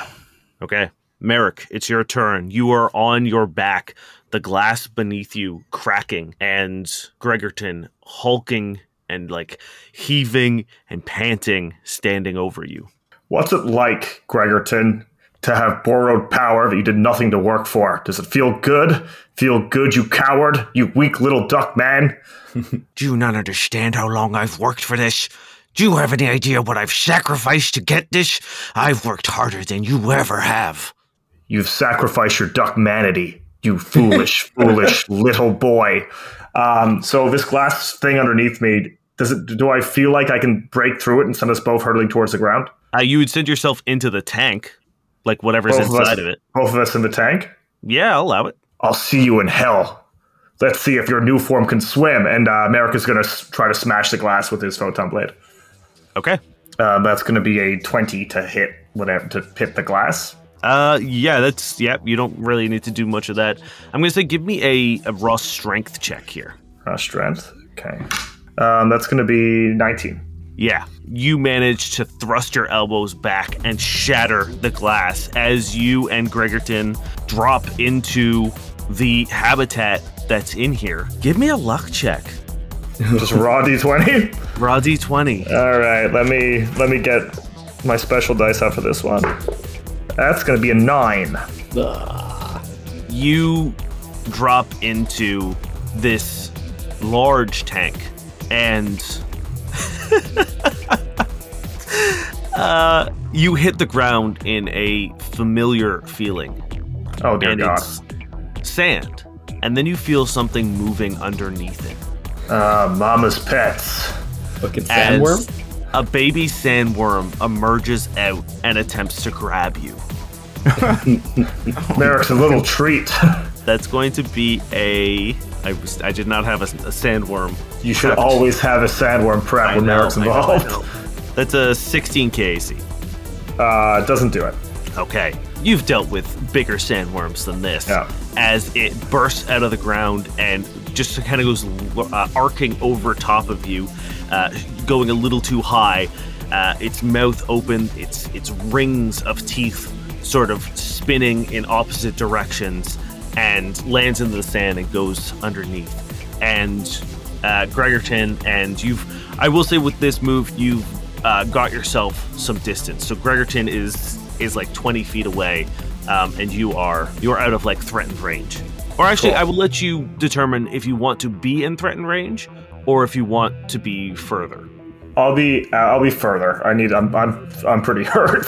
Speaker 2: Okay. Merrick, it's your turn. You are on your back, the glass beneath you cracking, and Gregerton hulking and like heaving and panting, standing over you.
Speaker 4: What's it like, Gregerton, to have borrowed power that you did nothing to work for? Does it feel good? Feel good, you coward, you weak little duck man?
Speaker 6: Do you not understand how long I've worked for this? Do you have any idea what I've sacrificed to get this? I've worked harder than you ever have.
Speaker 4: You've sacrificed your duck manity, you foolish, foolish little boy. Um, so this glass thing underneath me, does it? Do I feel like I can break through it and send us both hurtling towards the ground?
Speaker 2: Uh, you would send yourself into the tank, like whatever's
Speaker 4: Both of us.
Speaker 2: inside of it.
Speaker 4: Both of us in the tank.
Speaker 2: Yeah, I'll allow it.
Speaker 4: I'll see you in hell. Let's see if your new form can swim. And uh, America's going to s- try to smash the glass with his photon blade.
Speaker 2: Okay.
Speaker 4: Uh, that's going to be a 20 to hit whatever to hit the glass.
Speaker 2: Uh, yeah, that's yeah. You don't really need to do much of that. I'm gonna say, give me a, a raw strength check here.
Speaker 4: Uh, strength. Okay. Um, that's going to be 19.
Speaker 2: Yeah, you manage to thrust your elbows back and shatter the glass as you and Gregerton drop into the habitat that's in here. Give me a luck check.
Speaker 4: [LAUGHS] Just raw d20.
Speaker 2: Raw d20.
Speaker 4: [LAUGHS] All right. Let me let me get my special dice out for this one. That's going to be a nine.
Speaker 2: you drop into this large tank and [LAUGHS] uh, you hit the ground in a familiar feeling
Speaker 4: Oh dear
Speaker 2: and
Speaker 4: God.
Speaker 2: it's sand and then you feel something moving underneath it
Speaker 4: Uh, mama's pets.
Speaker 3: Fucking
Speaker 2: as
Speaker 3: sandworm?
Speaker 2: a baby sandworm emerges out and attempts to grab you
Speaker 4: Merrick's
Speaker 2: [LAUGHS]
Speaker 4: a little treat.
Speaker 2: that's going to be a I, was, I did not have a, a sandworm
Speaker 4: You
Speaker 2: Prepped.
Speaker 4: should [LAUGHS] always have a sandworm prep
Speaker 2: I
Speaker 4: when
Speaker 2: know,
Speaker 4: Merrick's
Speaker 2: I know, I
Speaker 4: involved.
Speaker 2: know. That's a 16 KAC.
Speaker 4: Uh, it doesn't do it.
Speaker 2: Okay. You've dealt with bigger sandworms than this.
Speaker 4: Yeah.
Speaker 2: As it bursts out of the ground and just kind of goes uh, arcing over top of you, uh, going a little too high. Uh, its mouth open, its its rings of teeth sort of spinning in opposite directions, and lands into the sand and goes underneath. And uh, Gregerton, and you've I will say with this move, you've uh, got yourself some distance. So Gregerton is is like 20 feet away, um, and you are you are out of like threatened range. Or actually, I will let you determine if you want to be in threatened range or if you want to be further.
Speaker 4: I'll be uh, I'll be further. I need I'm I'm I'm pretty [LAUGHS] hurt.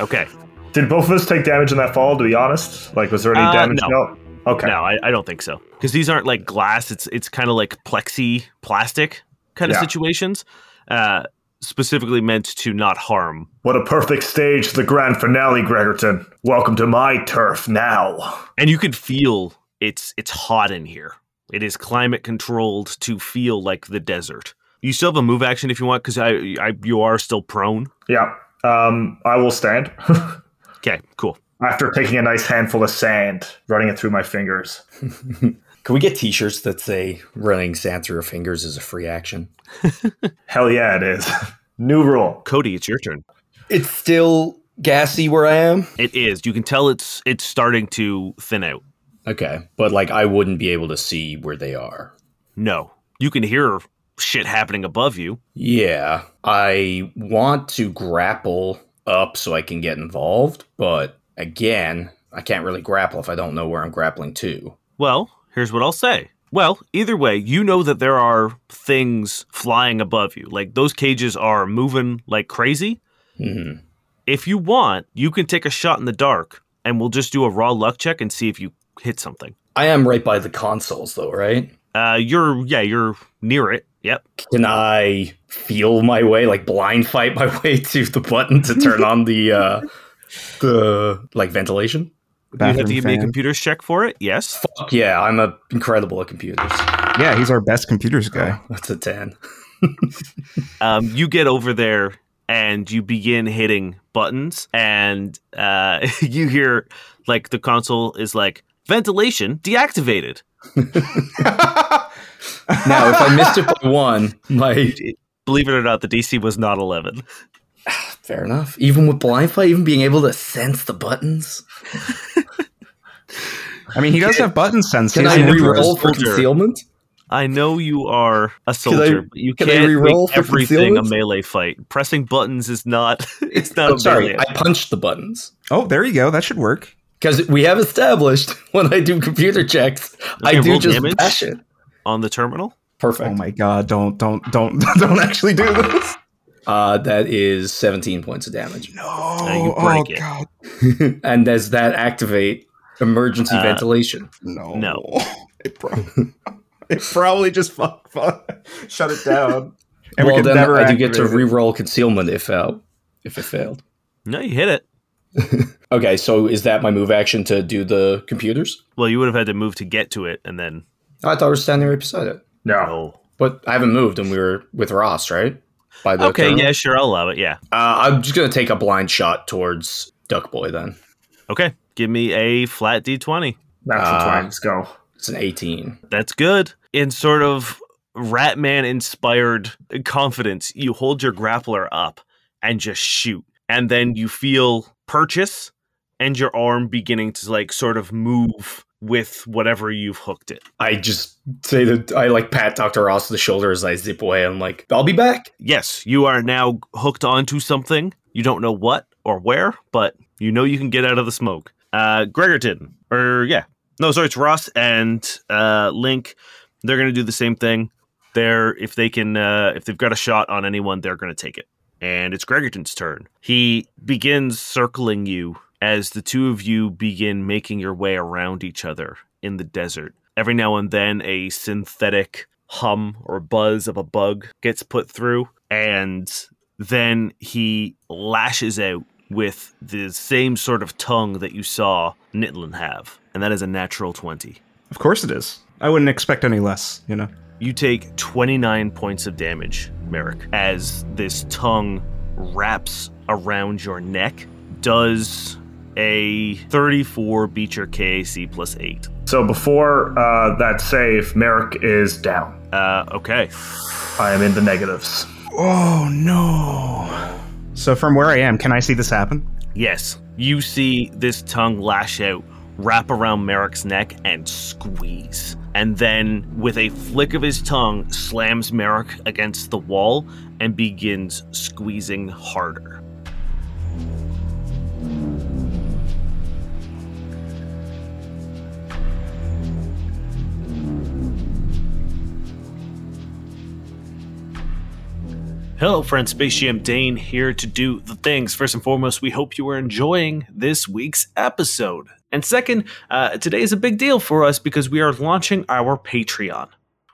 Speaker 2: Okay.
Speaker 4: Did both of us take damage in that fall? To be honest, like was there any
Speaker 2: Uh,
Speaker 4: damage?
Speaker 2: no.
Speaker 4: Okay.
Speaker 2: No, I, I don't think so because these aren't like glass. It's it's kind of like plexi plastic kind of
Speaker 4: Yeah.
Speaker 2: situations, uh, specifically meant to not harm.
Speaker 4: What a perfect stage to the grand finale, Gregerton. Welcome to my turf now.
Speaker 2: And you can feel it's it's hot in here. It is climate controlled to feel like the desert. You still have a move action if you want because I, I you are still prone.
Speaker 4: Yeah. Um, I will stand [LAUGHS]
Speaker 2: Okay, cool.
Speaker 4: after taking a nice handful of sand, running it through my fingers.
Speaker 3: Can we get t shirts that say running sand through your fingers is a free action?
Speaker 4: Hell yeah, it is. [LAUGHS] New rule.
Speaker 2: Cody, it's your turn.
Speaker 3: It's still gassy where I am.
Speaker 2: It is. You can tell it's it's starting to thin out.
Speaker 3: Okay. But like I wouldn't be able to see where they are.
Speaker 2: No, you can hear shit happening above you.
Speaker 3: Yeah. I want to grapple up so I can get involved, but again, I can't really grapple if I don't know where I'm grappling to.
Speaker 2: Well, here's what I'll say. Well, either way, you know that there are things flying above you. Like those cages are moving like crazy.
Speaker 3: hmm
Speaker 2: If you want, you can take a shot in the dark and we'll just do a raw luck check and see if you hit something.
Speaker 3: I am right by the consoles though, right?
Speaker 2: Uh you're yeah, you're near it. Yep.
Speaker 3: Can I feel my way, like blind fight my [LAUGHS] way to the button to turn on the uh the like ventilation?
Speaker 2: you have to
Speaker 5: Bathroom
Speaker 2: give me a
Speaker 5: fan.
Speaker 2: computer check for it. Yes.
Speaker 3: Fuck yeah, I'm a incredible at computers.
Speaker 5: Yeah, he's our best
Speaker 3: [LAUGHS]
Speaker 5: computers guy.
Speaker 3: That's a ten.
Speaker 2: um, you get over there and you begin hitting buttons and uh, [LAUGHS] you hear like the console is like ventilation deactivated
Speaker 3: Now, if I missed it by [LAUGHS] one, my
Speaker 2: Believe it or not, the DC was not 11.
Speaker 3: fair enough. Even with blind fight, even being able to sense the buttons,
Speaker 5: I mean, he does have button sense.
Speaker 3: can
Speaker 5: He
Speaker 3: I
Speaker 5: has infrared.
Speaker 3: re-roll for
Speaker 2: soldier.
Speaker 3: concealment?
Speaker 2: [LAUGHS] I know you are a
Speaker 3: I-
Speaker 2: soldier, but you
Speaker 3: can I
Speaker 2: can't
Speaker 3: reroll
Speaker 2: make
Speaker 3: for
Speaker 2: everything a
Speaker 3: concealment?
Speaker 2: melee fight. Pressing buttons is not [LAUGHS] it's not
Speaker 3: Oh,
Speaker 2: a
Speaker 3: sorry,
Speaker 2: melee.
Speaker 3: I punched the buttons
Speaker 5: Oh, there you go. That should work.
Speaker 3: because we have established [LAUGHS] when I do computer checks, I
Speaker 2: Okay,
Speaker 3: do
Speaker 2: roll
Speaker 3: just
Speaker 2: damage.
Speaker 3: bash it.
Speaker 2: on the terminal?
Speaker 5: Oh
Speaker 3: Perfect.
Speaker 5: my god! Don't don't [LAUGHS] don't don't actually do this.
Speaker 3: Uh, that is 17 points of damage.
Speaker 5: No.
Speaker 2: you
Speaker 5: oh
Speaker 2: break it.
Speaker 5: god.
Speaker 3: and does that activate emergency
Speaker 2: Uh,
Speaker 3: ventilation?
Speaker 5: No.
Speaker 2: No.
Speaker 5: [LAUGHS] It, pro- [LAUGHS] it probably just fuck, fuck, shut it [LAUGHS] down. And we
Speaker 3: well,
Speaker 5: could
Speaker 3: then
Speaker 5: never
Speaker 3: I do get to
Speaker 5: activate it.
Speaker 3: re-roll concealment if uh, if it failed.
Speaker 2: No, you hit it.
Speaker 3: Okay, so is that my move action to do the computers?
Speaker 2: Well, you would have had to move to get to it and then
Speaker 3: I thought we were standing right beside it,
Speaker 4: No.
Speaker 2: oh.
Speaker 3: but I haven't moved, and we were with Ross, right? By the
Speaker 2: Okay,
Speaker 3: terminal?
Speaker 2: yeah, sure, I'll allow it. Yeah.
Speaker 3: Uh, I'm just gonna take a blind shot towards Duck Boy. Then
Speaker 2: Okay. Give me a flat D20.
Speaker 4: Natural
Speaker 3: Uh,
Speaker 4: 20. Let's go.
Speaker 3: it's an 18.
Speaker 2: That's good. In sort of Ratman inspired confidence, you hold your grappler up and just shoot. And then you feel purchase and your arm beginning to like sort of move with whatever you've hooked it.
Speaker 3: I just say that I like pat Doctor Ross on the shoulder as I zip away. I'm like, I'll be back.
Speaker 2: Yes, you are now hooked onto something. You don't know what or where, but you know you can get out of the smoke. Uh Gregerton, or yeah. No, sorry, it's Ross and uh Link. They're gonna do the same thing. They're if they can uh if they've got a shot on anyone, they're gonna take it. And it's Gregerton's turn. He begins circling you as the two of you begin making your way around each other in the desert. Every now and then a synthetic hum or buzz of a bug gets put through, and then he lashes out with the same sort of tongue that you saw Nitlin have, and that is a natural 20.
Speaker 5: Of course it is. I wouldn't expect any less. You know.
Speaker 2: You take 29 points of damage, Merrick, as this tongue wraps around your neck. Does a 34 beat your KAC plus 8?
Speaker 4: So before uh, that save, Merrick is down.
Speaker 2: Uh, okay.
Speaker 4: I am in the negatives.
Speaker 5: Oh no. So from where I am, can I see this happen?
Speaker 2: Yes, you see this tongue lash out, wrap around Merrick's neck, and squeeze. And then, with a flick of his tongue, slams Merrick against the wall and begins squeezing harder. Hello, friends. Space Jam Dane here to do the things. First and foremost, we hope you are enjoying this week's episode. And second, uh, today is a big deal for us because we are launching our Patreon.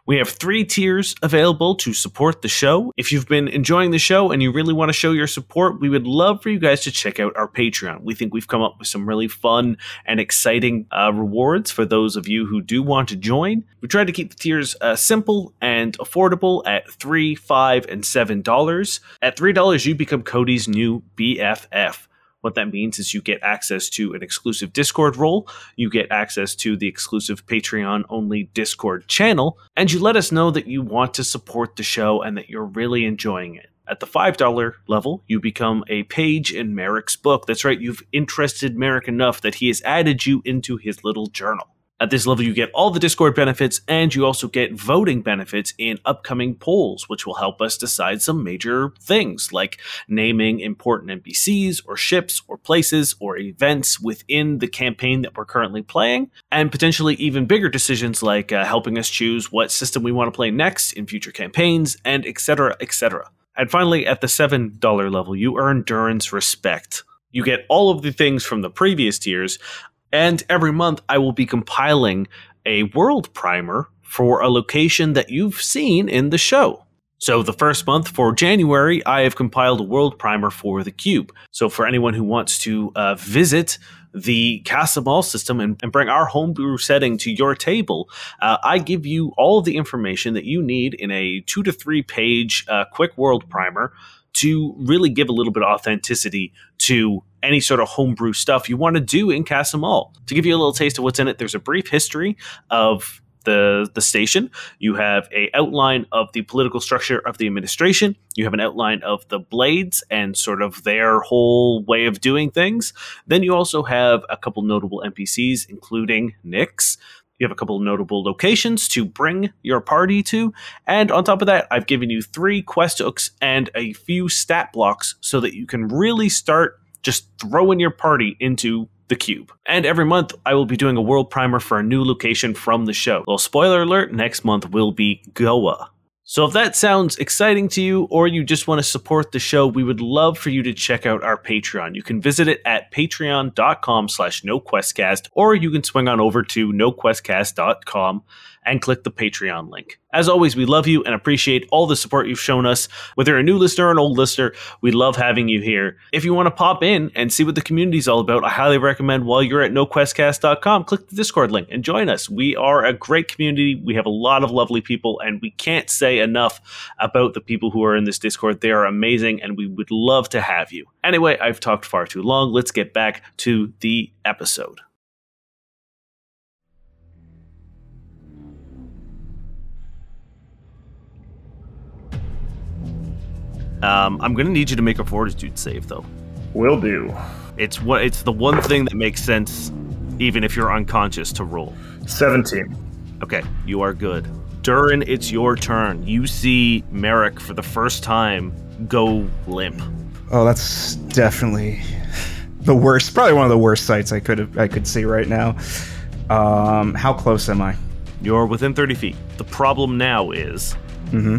Speaker 2: We have three tiers available to support the show. If you've been enjoying the show and you really want to show your support, we would love for you guys to check out our Patreon. We think we've come up with some really fun and exciting uh, rewards for those of you who do want to join. We tried to keep the tiers uh, simple and affordable at three, five, and seven dollars. At three dollars, you become Cody's new BFF. What that means is you get access to an exclusive Discord role, you get access to the exclusive Patreon only Discord channel, and you let us know that you want to support the show and that you're really enjoying it. At the $5 level, you become a page in Merrick's book. That's right, you've interested Merrick enough that he has added you into his little journal. At this level, you get all the Discord benefits, and you also get voting benefits in upcoming polls, which will help us decide some major things like naming important NPCs or ships or places or events within the campaign that we're currently playing, and potentially even bigger decisions like uh, helping us choose what system we want to play next in future campaigns, and etc. etc. And finally, at the $7 level, you earn Durin's Respect. You get all of the things from the previous tiers, and every month I will be compiling a world primer for a location that you've seen in the show. So, the first month for January, I have compiled a world primer for the cube. So, for anyone who wants to uh, visit the Casa Mall system and, and bring our homebrew setting to your table, uh, I give you all the information that you need in a two to three page uh, quick world primer to really give a little bit of authenticity to any sort of homebrew stuff you want to do in Casamal. To give you a little taste of what's in it, there's a brief history of the the station. You have a outline of the political structure of the administration. You have an outline of the blades and sort of their whole way of doing things. Then you also have a couple notable NPCs, including Nix. You have a couple notable locations to bring your party to. And on top of that, I've given you three quest hooks and a few stat blocks so that you can really start just throwing your party into the cube. And every month, I will be doing a world primer for a new location from the show. Well, spoiler alert, next month will be Goa. So if that sounds exciting to you or you just want to support the show, we would love for you to check out our Patreon. You can visit it at patreon.com slash noquestcast or you can swing on over to noquestcast.com and click the Patreon link. As always, we love you and appreciate all the support you've shown us. Whether you're a new listener or an old listener, we love having you here. If you want to pop in and see what the community's all about, I highly recommend while you're at noquestcast.com, click the Discord link and join us. We are a great community. We have a lot of lovely people, and we can't say enough about the people who are in this Discord. They are amazing, and we would love to have you. Anyway, I've talked far too long. Let's get back to the episode. Um, I'm gonna need you to make a fortitude save, though.
Speaker 4: Will do.
Speaker 2: It's what it's the one thing that makes sense, even if you're unconscious, to roll.
Speaker 4: 17.
Speaker 2: Okay, you are good. Durin, it's your turn. You see Merrick for the first time go limp.
Speaker 5: Oh, that's definitely the worst. Probably one of the worst sights I could have I could see right now. Um, how close am I?
Speaker 2: You're within 30 feet. The problem now is
Speaker 5: Mm-hmm.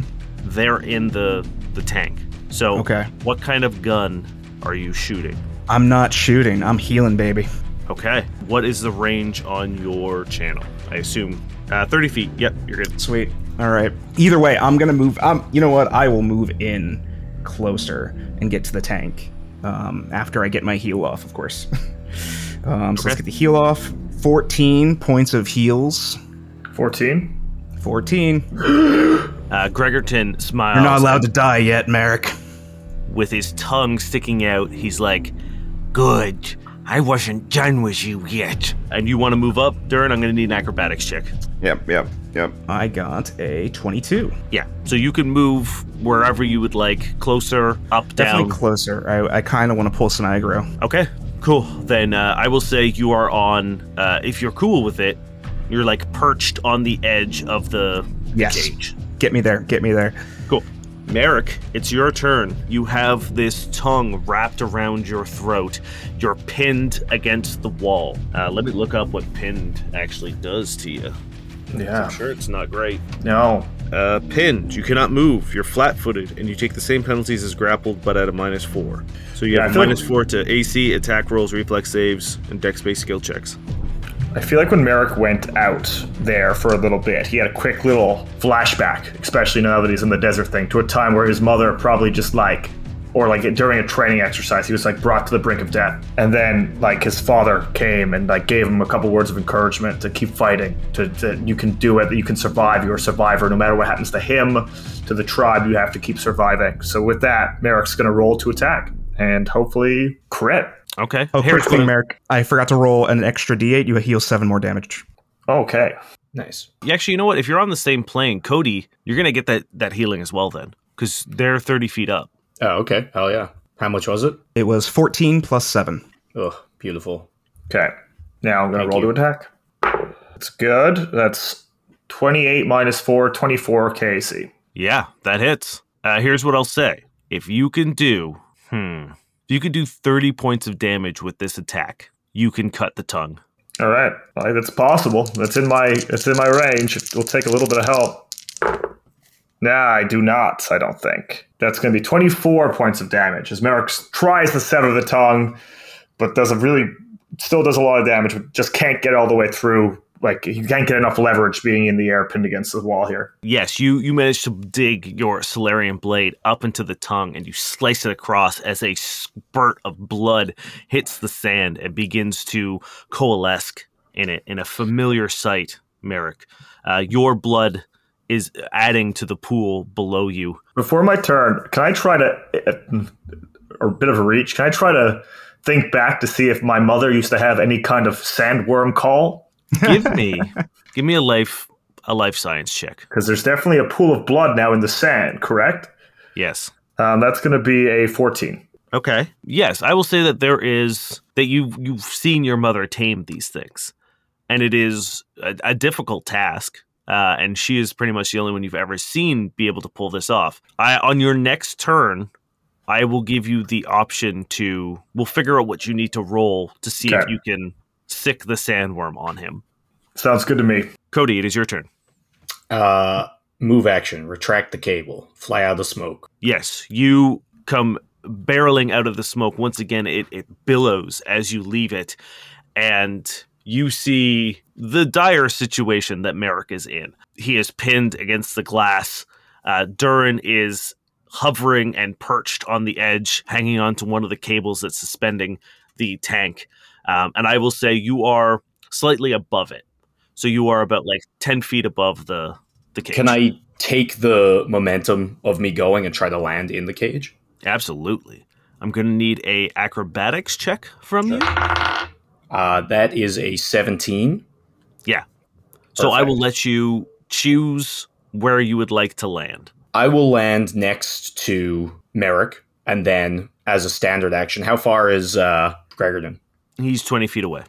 Speaker 2: they're in the the tank. So,
Speaker 5: Okay.
Speaker 2: what kind of gun are you shooting?
Speaker 5: I'm not shooting. I'm healing, baby.
Speaker 2: Okay. What is the range on your channel? I assume uh, 30 feet. Yep, you're good.
Speaker 5: Sweet. All right. Either way, I'm gonna move. Um, you know what? I will move in closer and get to the tank. Um, after I get my heal off, of course. [LAUGHS] um, so
Speaker 2: Okay.
Speaker 5: let's get the heal off. 14 points of heals.
Speaker 4: 14?
Speaker 5: 14. You're
Speaker 2: Uh, Gregerton smiles.
Speaker 5: not allowed to die yet, Merrick.
Speaker 2: with his tongue sticking out. He's like,
Speaker 6: Good. I wasn't done with you yet.
Speaker 2: and you want to move up, Durin? I'm going to need an acrobatics check.
Speaker 5: Yep, yep, yep. I got a 22.
Speaker 2: Yeah. So you can move wherever you would like, closer, up, down.
Speaker 5: Definitely closer. I, I kind of want to pull Sinigro.
Speaker 2: okay. Cool. Then uh, I will say you are on. Uh, if you're cool with it, you're like perched on the edge of the, the
Speaker 5: Yes.
Speaker 2: cage.
Speaker 5: Get me there. Get me there.
Speaker 2: Cool. Merrick, it's your turn. You have this tongue wrapped around your throat. You're pinned against the wall. Uh, let me look up what pinned actually does to you.
Speaker 4: Yeah.
Speaker 2: I'm sure it's not great.
Speaker 4: No.
Speaker 2: Uh, pinned. You cannot move. You're flat-footed, and you take the same penalties as grappled, but at a minus four. So you
Speaker 4: Yeah,
Speaker 2: have
Speaker 4: I
Speaker 2: a
Speaker 4: feel
Speaker 2: minus
Speaker 4: like-
Speaker 2: four to AC, attack rolls, reflex saves, and dex-based skill checks.
Speaker 4: I feel like when Merrick went out there for a little bit, he had a quick little flashback, especially now that he's in the desert thing, to a time where his mother probably just like, or like during a training exercise, he was like brought to the brink of death. And then like his father came and like gave him a couple words of encouragement to keep fighting, to that you can do it, that you can survive, you're a survivor, no matter what happens to him, to the tribe, you have to keep surviving. So with that, Merrick's gonna roll to attack and hopefully crit.
Speaker 2: Okay.
Speaker 5: Oh,
Speaker 2: Harris,
Speaker 5: quick thing,
Speaker 2: what-
Speaker 5: Merrick. I forgot to roll an extra d8. You heal seven more damage.
Speaker 4: Okay.
Speaker 3: Nice.
Speaker 2: Actually, you know what? If you're on the same plane, Cody, you're gonna get that that healing as well then, because they're 30 feet up.
Speaker 3: Oh, okay. Hell yeah. How much was it?
Speaker 5: It was 14 plus seven.
Speaker 3: Oh, beautiful.
Speaker 4: Okay. Now I'm going to
Speaker 3: Thank
Speaker 4: roll
Speaker 3: you.
Speaker 4: to attack. It's good. That's 28 minus 4, 24 KC.
Speaker 2: Yeah, that hits. Uh, here's what I'll say: if you can do, hmm, if you can do 30 points of damage with this attack, you can cut the tongue.
Speaker 4: All right. Well, that's possible. That's in my it's in my range. It will take a little bit of help. Nah, I do not, I don't think. That's going to be 24 points of damage as Merrick tries to sever the tongue, but does a really still does a lot of damage, but just can't get all the way through. Like, he can't get enough leverage being in the air pinned against the wall here.
Speaker 2: Yes, you you manage to dig your Solarian blade up into the tongue and you slice it across as a spurt of blood hits the sand and begins to coalesce in it in a familiar sight, Merrick. Uh, your blood is adding to the pool below you.
Speaker 4: Before my turn, can I try to, or a bit of a reach, can I try to think back to see if my mother used to have any kind of sandworm call?
Speaker 2: Give me give me a life a life science check.
Speaker 4: Because there's definitely a pool of blood now in the sand, correct?
Speaker 2: Yes.
Speaker 4: Um, that's going to be a 14.
Speaker 2: Okay. Yes, I will say that there is that you you've seen your mother tame these things, and it is a, a difficult task. Uh, and she is pretty much the only one you've ever seen be able to pull this off. I on your next turn, I will give you the option to we'll figure out what you need to roll to see if
Speaker 4: Okay.
Speaker 2: you can sick the sandworm on him.
Speaker 4: Sounds good to me.
Speaker 2: Cody, it is your turn.
Speaker 3: Uh, move action, retract the cable, fly out of smoke.
Speaker 2: Yes, you come barreling out of the smoke. Once again, it, it billows as you leave it, and you see the dire situation that Merrick is in. He is pinned against the glass. Uh, Durin is hovering and perched on the edge, hanging onto one of the cables that's suspending the tank. Um, and I will say you are slightly above it. So you are about like 10 feet above the, the cage.
Speaker 3: Can I take the momentum of me going and try to land in the cage?
Speaker 2: Absolutely. I'm going to need a acrobatics check from you.
Speaker 3: Uh, that is a 17.
Speaker 2: So I will
Speaker 3: Perfect.
Speaker 2: let you choose where you would like to land.
Speaker 3: I will land next to Merrick, and then as a standard action, how far is uh, Gregerton?
Speaker 2: He's 20 feet away.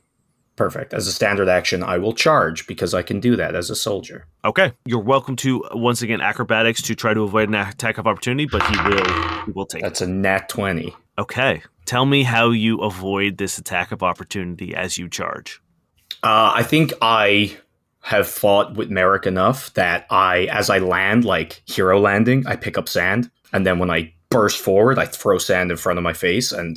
Speaker 3: Perfect. As a standard action, I will charge because I can do that as a soldier.
Speaker 2: Okay. You're welcome to once again acrobatics to try to avoid an attack of opportunity, but he will he will take it.
Speaker 3: That's a nat 20.
Speaker 2: Okay. Tell me how you avoid this attack of opportunity as you charge.
Speaker 3: Uh, I think I have fought with Merrick enough that I, as I land, like hero landing, I pick up sand, and then when I burst forward, I throw sand in front of my face and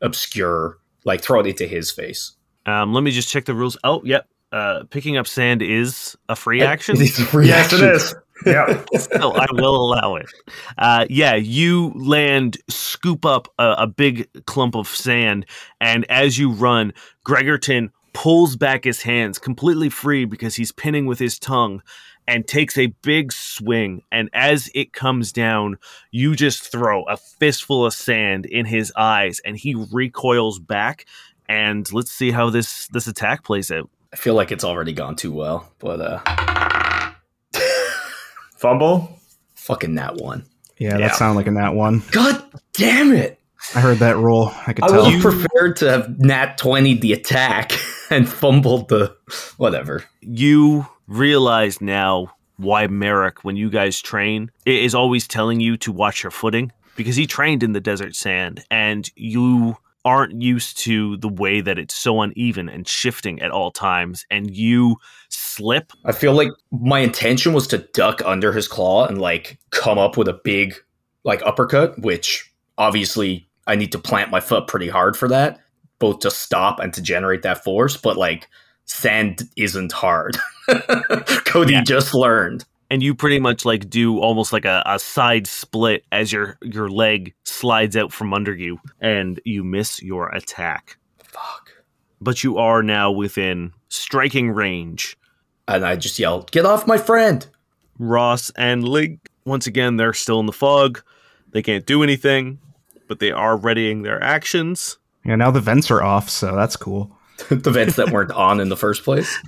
Speaker 3: obscure, like throw it into his face.
Speaker 2: Um, let me just check the rules. Oh, yep. Uh, picking up sand is a free action.
Speaker 3: [LAUGHS] It's a
Speaker 4: Yes, it
Speaker 3: reaction.
Speaker 4: is. Yeah.
Speaker 2: no, I will allow it. Uh, yeah, you land, scoop up a, a big clump of sand, and as you run, Gregerton pulls back his hands, completely free because he's pinning with his tongue, and takes a big swing. And as it comes down, you just throw a fistful of sand in his eyes, and he recoils back. And let's see how this this attack plays out.
Speaker 3: I feel like it's already gone too well, but uh,
Speaker 4: Fumble.
Speaker 3: fucking that one.
Speaker 5: Yeah, that sounded like a nat one.
Speaker 3: God damn it!
Speaker 5: I heard that roll. I could
Speaker 3: I
Speaker 5: tell.
Speaker 3: was prepared to have nat 20 the attack [LAUGHS] and fumbled the whatever.
Speaker 2: you realize now why Merrick, when you guys train, i- is always telling you to watch your footing because he trained in the desert sand and you aren't used to the way that it's so uneven and shifting at all times and you slip
Speaker 3: I feel like my intention was to duck under his claw and like come up with a big like uppercut, which obviously I need to plant my foot pretty hard for that, both to stop and to generate that force, but like sand isn't hard. [LAUGHS] Cody just learned.
Speaker 2: and you pretty much like do almost like a, a side split as your your leg slides out from under you and you miss your attack
Speaker 3: Fuck.
Speaker 2: but you are now within striking range
Speaker 3: And I just yelled, "Get off my friend!" [LAUGHS]
Speaker 2: Ross and Lig, once again, they're still in the fog. They can't do anything, but they are readying their actions.
Speaker 5: yeah, now the vents are off, so that's cool.
Speaker 3: the vents that weren't on in the first place.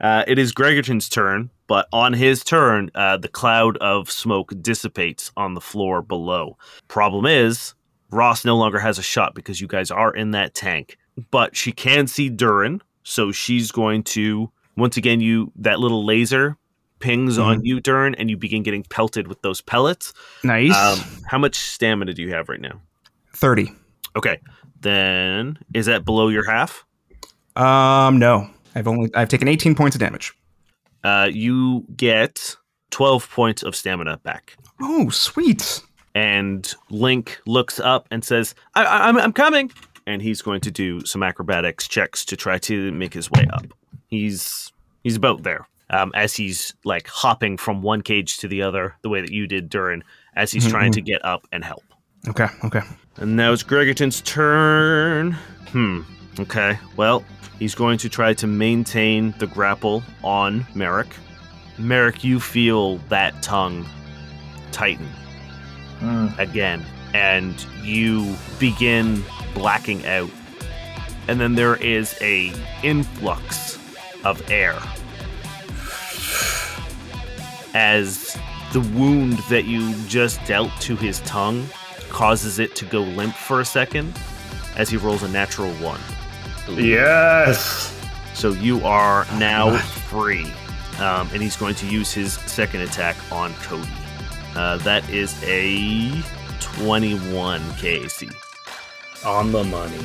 Speaker 2: Uh, it is Gregerton's turn, but on his turn, uh, the cloud of smoke dissipates on the floor below. Problem is, Ross no longer has a shot because you guys are in that tank, but she can see Durin, so she's going to once again you that little laser pings on you, Durin, and you begin getting pelted with those pellets.
Speaker 5: Nice.
Speaker 2: Um, how much stamina do you have right now?
Speaker 5: 30.
Speaker 2: Okay. Then is that below your half?
Speaker 5: Um, no. I've only I've taken 18 points of damage.
Speaker 2: Uh, you get 12 points of stamina back.
Speaker 5: Oh, sweet.
Speaker 2: And Link looks up and says, I- I- I'm-, I'm coming. And he's going to do some acrobatics checks to try to make his way up. He's he's about there. Um, as he's like hopping from one cage to the other, the way that you did, Durin, as he's trying to get up and help.
Speaker 5: Okay, okay.
Speaker 2: And now it's Gregerton's turn. Hmm. Okay. Well, he's going to try to maintain the grapple on Merrick. Merrick, you feel that tongue tighten
Speaker 4: Mm.
Speaker 2: again, and you begin blacking out. And then there is a influx of air as the wound that you just dealt to his tongue causes it to go limp for a second as he rolls a natural one.
Speaker 4: Yes.
Speaker 2: So you are now free. Um, and he's going to use his second attack on Cody. Uh, that is a 21 KAC.
Speaker 3: On the money.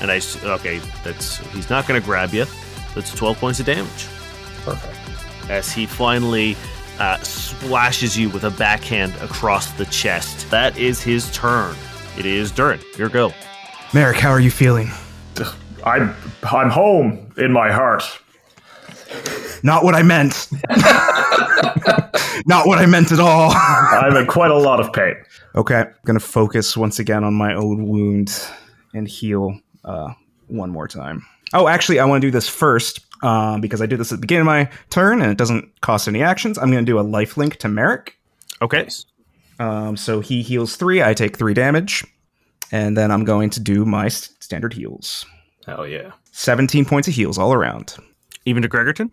Speaker 2: And I, s- okay, that's, he's not going to grab you. That's 12 points of damage.
Speaker 3: Perfect.
Speaker 2: as he finally uh, splashes you with a backhand across the chest. That is his turn. It is Durin. Your go.
Speaker 7: Merrick, how are you feeling?
Speaker 4: I'm I'm home in my heart.
Speaker 7: Not what I
Speaker 5: [LAUGHS]
Speaker 7: meant. Not what I meant at all.
Speaker 4: I'm in quite a lot of pain.
Speaker 5: [LAUGHS] Okay, I'm gonna focus once again on my old wound and heal uh, one more time. Oh, actually, I want to do this first uh, because I did this at the beginning of my turn and it doesn't cost any actions. I'm gonna do a life link to Merrick.
Speaker 2: Okay.
Speaker 5: Um, so he heals three, I take three damage, and then I'm going to do my s- standard heals.
Speaker 3: Hell yeah.
Speaker 5: 17 points of heals
Speaker 2: [LAUGHS]
Speaker 5: all around.
Speaker 2: Even to Gregerton?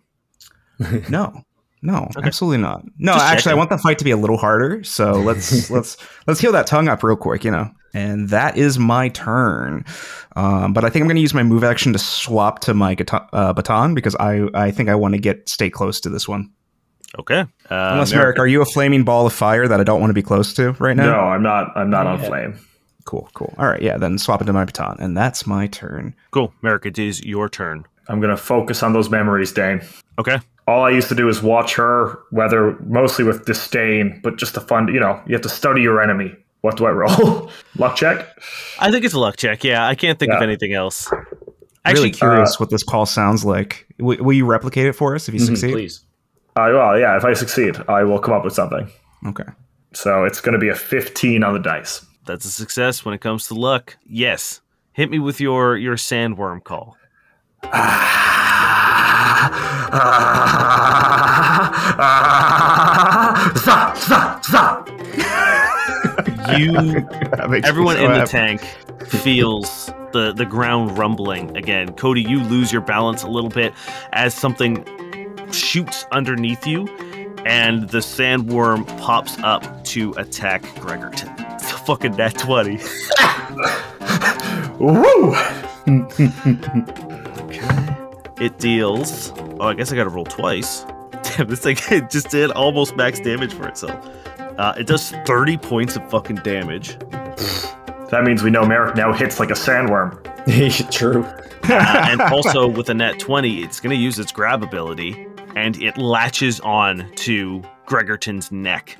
Speaker 5: No. No, absolutely not. No,
Speaker 2: Just
Speaker 5: actually I
Speaker 2: checking.
Speaker 5: want the fight to be a little
Speaker 2: [LAUGHS]
Speaker 5: harder, so let's let's let's heal that tongue up real quick, you know. And that is my turn. Um, but I think I'm going to use my move action to swap to my gata- uh, baton because I I think I want to get stay close to this one.
Speaker 2: Okay. Uh,
Speaker 5: Unless Merrick, are you a flaming ball of fire that I don't want to be close to right now?
Speaker 4: No, I'm not. I'm not on flame.
Speaker 5: Cool, cool. All right, yeah, then swap into my baton and that's my turn.
Speaker 2: Cool. Merrick, it is your turn.
Speaker 4: I'm gonna focus on those memories, Dane.
Speaker 2: Okay.
Speaker 4: All I used to do is watch her, whether mostly with disdain, but just to fun. You know, you have to study your enemy. What do I roll? [LAUGHS] Luck check.
Speaker 2: I think it's a luck check. Yeah, I can't think of
Speaker 4: Yeah.
Speaker 2: anything else.
Speaker 5: really
Speaker 2: Actually,
Speaker 5: curious what this call sounds like. W- will you replicate it for us if
Speaker 3: Mm-hmm.
Speaker 5: you succeed?
Speaker 3: Please.
Speaker 4: I Uh, well, yeah. If I succeed, I will come up with something.
Speaker 5: Okay.
Speaker 4: So it's gonna be a 15 on the dice.
Speaker 2: that's a success when it comes to luck. Yes. Hit me with your your sandworm [LAUGHS] call.
Speaker 4: Stop! Stop! Stop!
Speaker 2: You
Speaker 5: That makes me
Speaker 2: Everyone
Speaker 5: so
Speaker 2: in the
Speaker 5: happy. [LAUGHS]
Speaker 2: tank feels the the ground rumbling again. Cody, you lose your balance a little bit as something shoots underneath you, and the sandworm pops up to attack Gregerton. It's a fucking nat twenty. [LAUGHS]
Speaker 4: Woo!
Speaker 2: It deals. Oh, I guess I gotta roll twice. [LAUGHS] Damn, this thing it just did almost max damage for itself. Uh, it does thirty points of fucking damage.
Speaker 4: That means we know Merrick now hits like a sandworm. [LAUGHS]
Speaker 3: [LAUGHS] True.
Speaker 2: Uh, [LAUGHS] and also with a net 20 it's going to use its grab ability and it latches on to gregerton's neck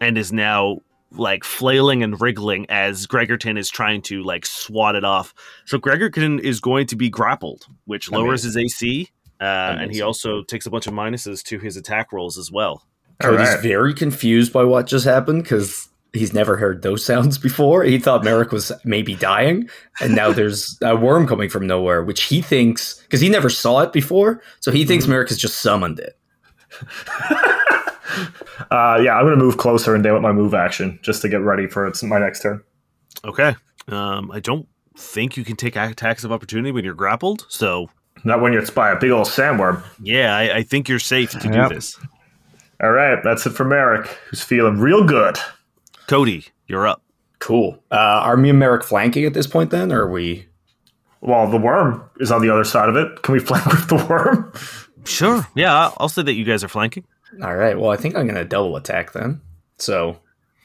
Speaker 2: and is now like flailing and wriggling as gregerton is trying to like swat it off so gregerton is going to be grappled which lowers his ac uh, and he
Speaker 3: Amazing.
Speaker 2: also takes a bunch of minuses to his attack rolls as well
Speaker 3: Cody's
Speaker 4: Alright.
Speaker 3: very confused by what just happened because he's never heard those [LAUGHS] sounds before. He thought Merrick was maybe dying, and now there's a worm coming from nowhere, which he thinks because he never saw it before, so he thinks Merrick has just summoned it.
Speaker 4: Uh, yeah, I'm gonna move closer and deal with my move action just to get ready for it's my next turn.
Speaker 2: okay um, i don't think you can take attacks of opportunity when you're grappled so
Speaker 4: Not when you're by a big old sandworm.
Speaker 2: yeah i, I think you're safe to
Speaker 5: Yep.
Speaker 2: do this
Speaker 4: All right, that's it for Merrick, who's feeling real good.
Speaker 2: cody you're up
Speaker 3: Cool. Uh, are me and Merrick flanking at this point then, or are we?
Speaker 4: Well, the worm is on the other side of it. Can we flank with the worm?
Speaker 2: Sure. Yeah, I'll- I'll say that you guys are flanking.
Speaker 3: All right. Well, I think I'm going to double attack then. So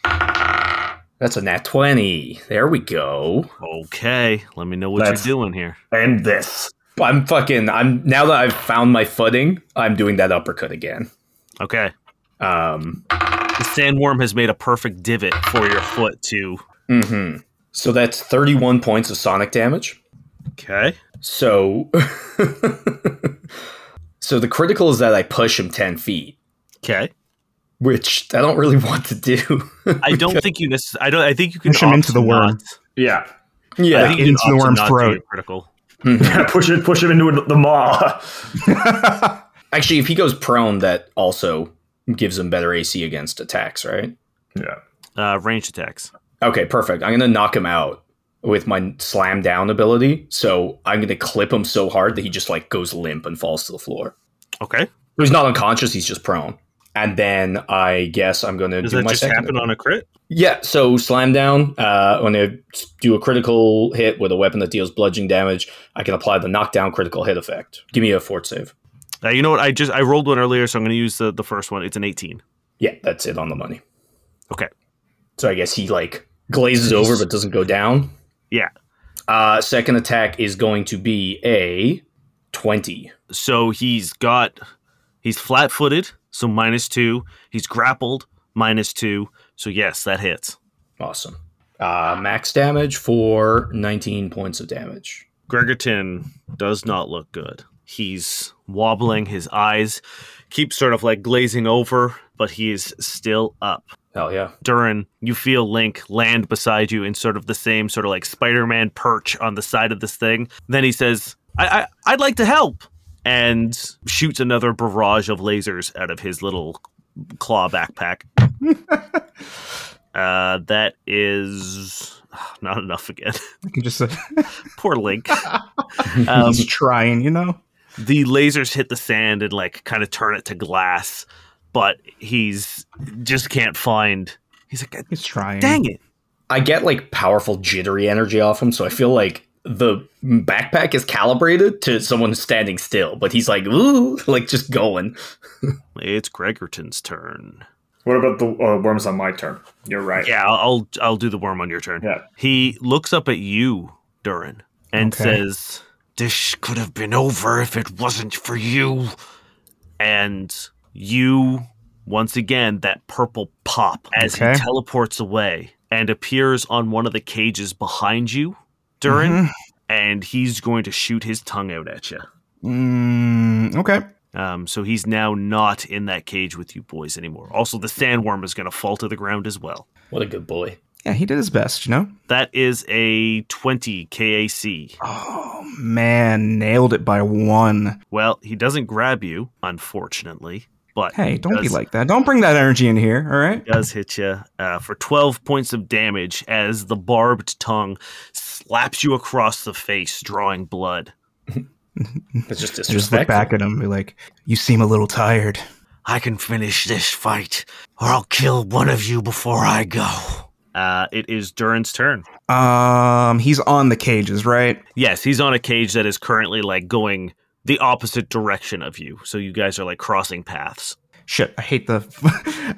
Speaker 3: that's a nat twenty. There we go.
Speaker 2: Okay. Let me know what
Speaker 4: That's-
Speaker 2: you're doing here.
Speaker 4: And this.
Speaker 3: I'm fucking. I'm now that I've found my footing. I'm doing that uppercut again.
Speaker 2: Okay.
Speaker 3: Um,
Speaker 2: The sandworm has made a perfect divot for your foot to.
Speaker 3: hmm So that's 31 points of sonic damage.
Speaker 2: Okay.
Speaker 3: So, [LAUGHS] so the critical is that I push him 10 feet,
Speaker 2: Okay.
Speaker 3: which I don't really [LAUGHS] want to do.
Speaker 2: I don't think you necessarily. I don't. I think you can
Speaker 5: Push him
Speaker 2: opt
Speaker 5: into the
Speaker 2: to
Speaker 5: worm.
Speaker 2: not-
Speaker 4: Yeah.
Speaker 2: I
Speaker 3: yeah,
Speaker 2: think you can
Speaker 5: Into the
Speaker 2: opt to
Speaker 5: worm's
Speaker 2: not do
Speaker 5: throat.
Speaker 2: a Critical.
Speaker 4: push it. Push him into the maw. [LAUGHS]
Speaker 3: actually, if he goes prone, that also gives him better AC against attacks, right?
Speaker 4: yeah.
Speaker 2: Uh, range attacks.
Speaker 3: Okay, perfect. I'm gonna knock him out with my slam down ability. So I'm gonna clip him so hard that he just like goes limp and falls to the floor.
Speaker 2: Okay.
Speaker 3: He's not unconscious. He's just prone. and then I guess I'm going to
Speaker 2: Does
Speaker 3: do
Speaker 2: that
Speaker 3: my
Speaker 2: just
Speaker 3: second.
Speaker 2: happen on a crit?
Speaker 3: Yeah, so slam down. Uh, when I do a critical hit with a weapon that deals bludgeoning damage, I can apply the knockdown critical hit effect. Give me a fort save.
Speaker 2: Uh, you know what? I just I rolled one earlier, so I'm going to use the, the first one. It's an 18.
Speaker 3: Yeah, that's it on the money.
Speaker 2: Okay.
Speaker 3: So I guess he like glazes over but doesn't go down.
Speaker 2: Yeah.
Speaker 3: Uh, second attack is going to be a twenty.
Speaker 2: So he's got he's flat footed, so minus two. He's grappled, minus two. So yes, that hits.
Speaker 3: Awesome. Uh, max damage for nineteen points of damage.
Speaker 2: Gregerton does not look good. He's wobbling, his eyes keep sort of like glazing over, but he is still up.
Speaker 3: Hell yeah.
Speaker 2: Durin, you feel Link land beside you in sort of the same sort of like Spider Man perch on the side of this thing. Then he says, I, I, I'd like to help, and shoots another barrage of lasers out of his little claw backpack. uh, that is ah, not enough again. [LAUGHS]
Speaker 5: I can just uh,
Speaker 2: Poor Link. um,
Speaker 5: he's trying, you know.
Speaker 2: the lasers hit the sand and like kind of turn it to glass, but he's just can't find. He's like,
Speaker 5: He's trying.
Speaker 2: dang it.
Speaker 3: I get like powerful jittery energy off him, so I feel like the backpack is calibrated to someone standing still, but he's like, ooh, [LAUGHS] like just going.
Speaker 2: It's Gregerton's turn.
Speaker 4: What about the uh, worms on my turn? You're right.
Speaker 2: Yeah, I'll I'll- I'll do the worm on your turn.
Speaker 4: Yeah.
Speaker 2: He looks up at you, Durin, and
Speaker 5: Okay.
Speaker 2: says,
Speaker 6: This could have been over if it wasn't for you.
Speaker 2: and you once again that purple pop as
Speaker 5: Okay.
Speaker 2: he teleports away and appears on one of the cages behind you, Durin,
Speaker 5: Mhm.
Speaker 2: and he's going to shoot his tongue out at you.
Speaker 5: Mm, okay.
Speaker 2: Um, so he's now not in that cage with you boys anymore. Also, the sandworm is going to fall to the ground as well.
Speaker 3: What a good boy.
Speaker 5: Yeah, he did his best, you know.
Speaker 2: That is a 20 KAC.
Speaker 5: Oh man, nailed it by one.
Speaker 2: Well, he doesn't grab you, unfortunately, but
Speaker 5: Hey, don't be
Speaker 2: Does-
Speaker 5: like that. Don't bring that energy in here. All right.
Speaker 2: he does hit you uh, for 12 points of damage as the barbed tongue slaps you across the face, drawing blood.
Speaker 3: It's just
Speaker 5: I just look
Speaker 3: disrespect.
Speaker 5: back at him, and be like, "You seem a little tired."
Speaker 6: I can finish this fight, or I'll kill one of you before I go.
Speaker 2: Uh, it is Durin's turn.
Speaker 5: Um, he's on the cages, right?
Speaker 2: Yes, he's on a cage that is currently like going the opposite direction of you. So you guys are like crossing paths.
Speaker 5: Shit, I hate the.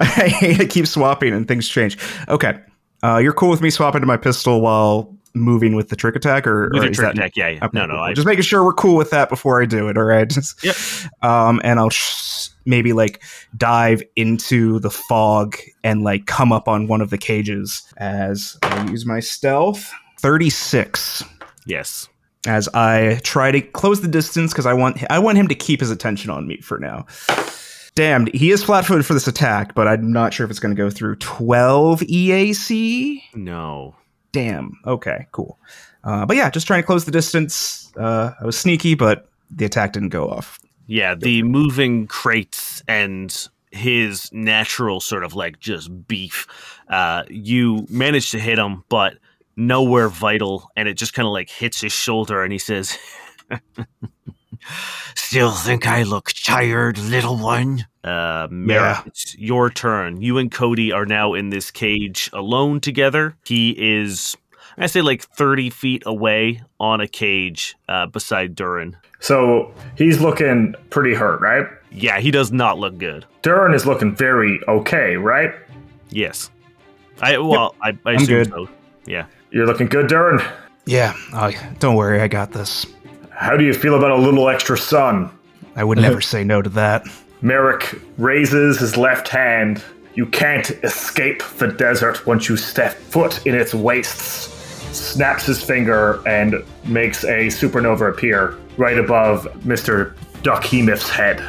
Speaker 5: [LAUGHS] I hate it. Keep swapping and things change. Okay, uh, you're cool with me swapping to my pistol while moving with the trick attack, or,
Speaker 2: With
Speaker 5: or
Speaker 2: your
Speaker 5: is
Speaker 2: trick
Speaker 5: that-
Speaker 2: attack, yeah, yeah.
Speaker 5: Okay,
Speaker 2: no, no,
Speaker 5: cool.
Speaker 2: I,
Speaker 5: just making sure we're cool with that before I do it. All right. Just,
Speaker 2: Yep.
Speaker 5: [LAUGHS] Um, and I'll sh- maybe like dive into the fog and like come up on one of the cages as I use my stealth. Thirty-six
Speaker 2: yes.
Speaker 5: as I try to close the distance because I want I want him to keep his attention on me for now. Damned, he is flat-footed for this attack, but I'm not sure if it's going to go through. Twelve EAC.
Speaker 2: No.
Speaker 5: Damn. Okay. Cool. Uh, but yeah, just trying to close the distance. Uh, I was sneaky, but the attack didn't go off.
Speaker 2: Yeah, the moving crates and his natural sort of like just beef. Uh, you manage to hit him, but nowhere vital, and it just kind of like hits his shoulder, and he says,
Speaker 6: Still think I look tired, little one?
Speaker 2: uh, "Merrick, it's your turn. You and Cody are now in this cage alone together. He is." I say like 30 feet away on a cage uh, beside Durin.
Speaker 4: So he's looking pretty hurt, right?
Speaker 2: Yeah, he does not look good.
Speaker 4: Durin is looking very okay, right?
Speaker 2: Yes. I well, I, I assume
Speaker 5: good.
Speaker 2: so.
Speaker 4: You're looking good, Durin.
Speaker 5: Yeah. I- don't worry, I got this.
Speaker 4: How do you feel about a little extra sun?
Speaker 5: I would [LAUGHS] never say no to that.
Speaker 4: Merrick raises his left hand. You can't escape the desert once you step foot in its wastes. Snaps his finger and makes a supernova appear right above Mr. Duck Hemuth's head.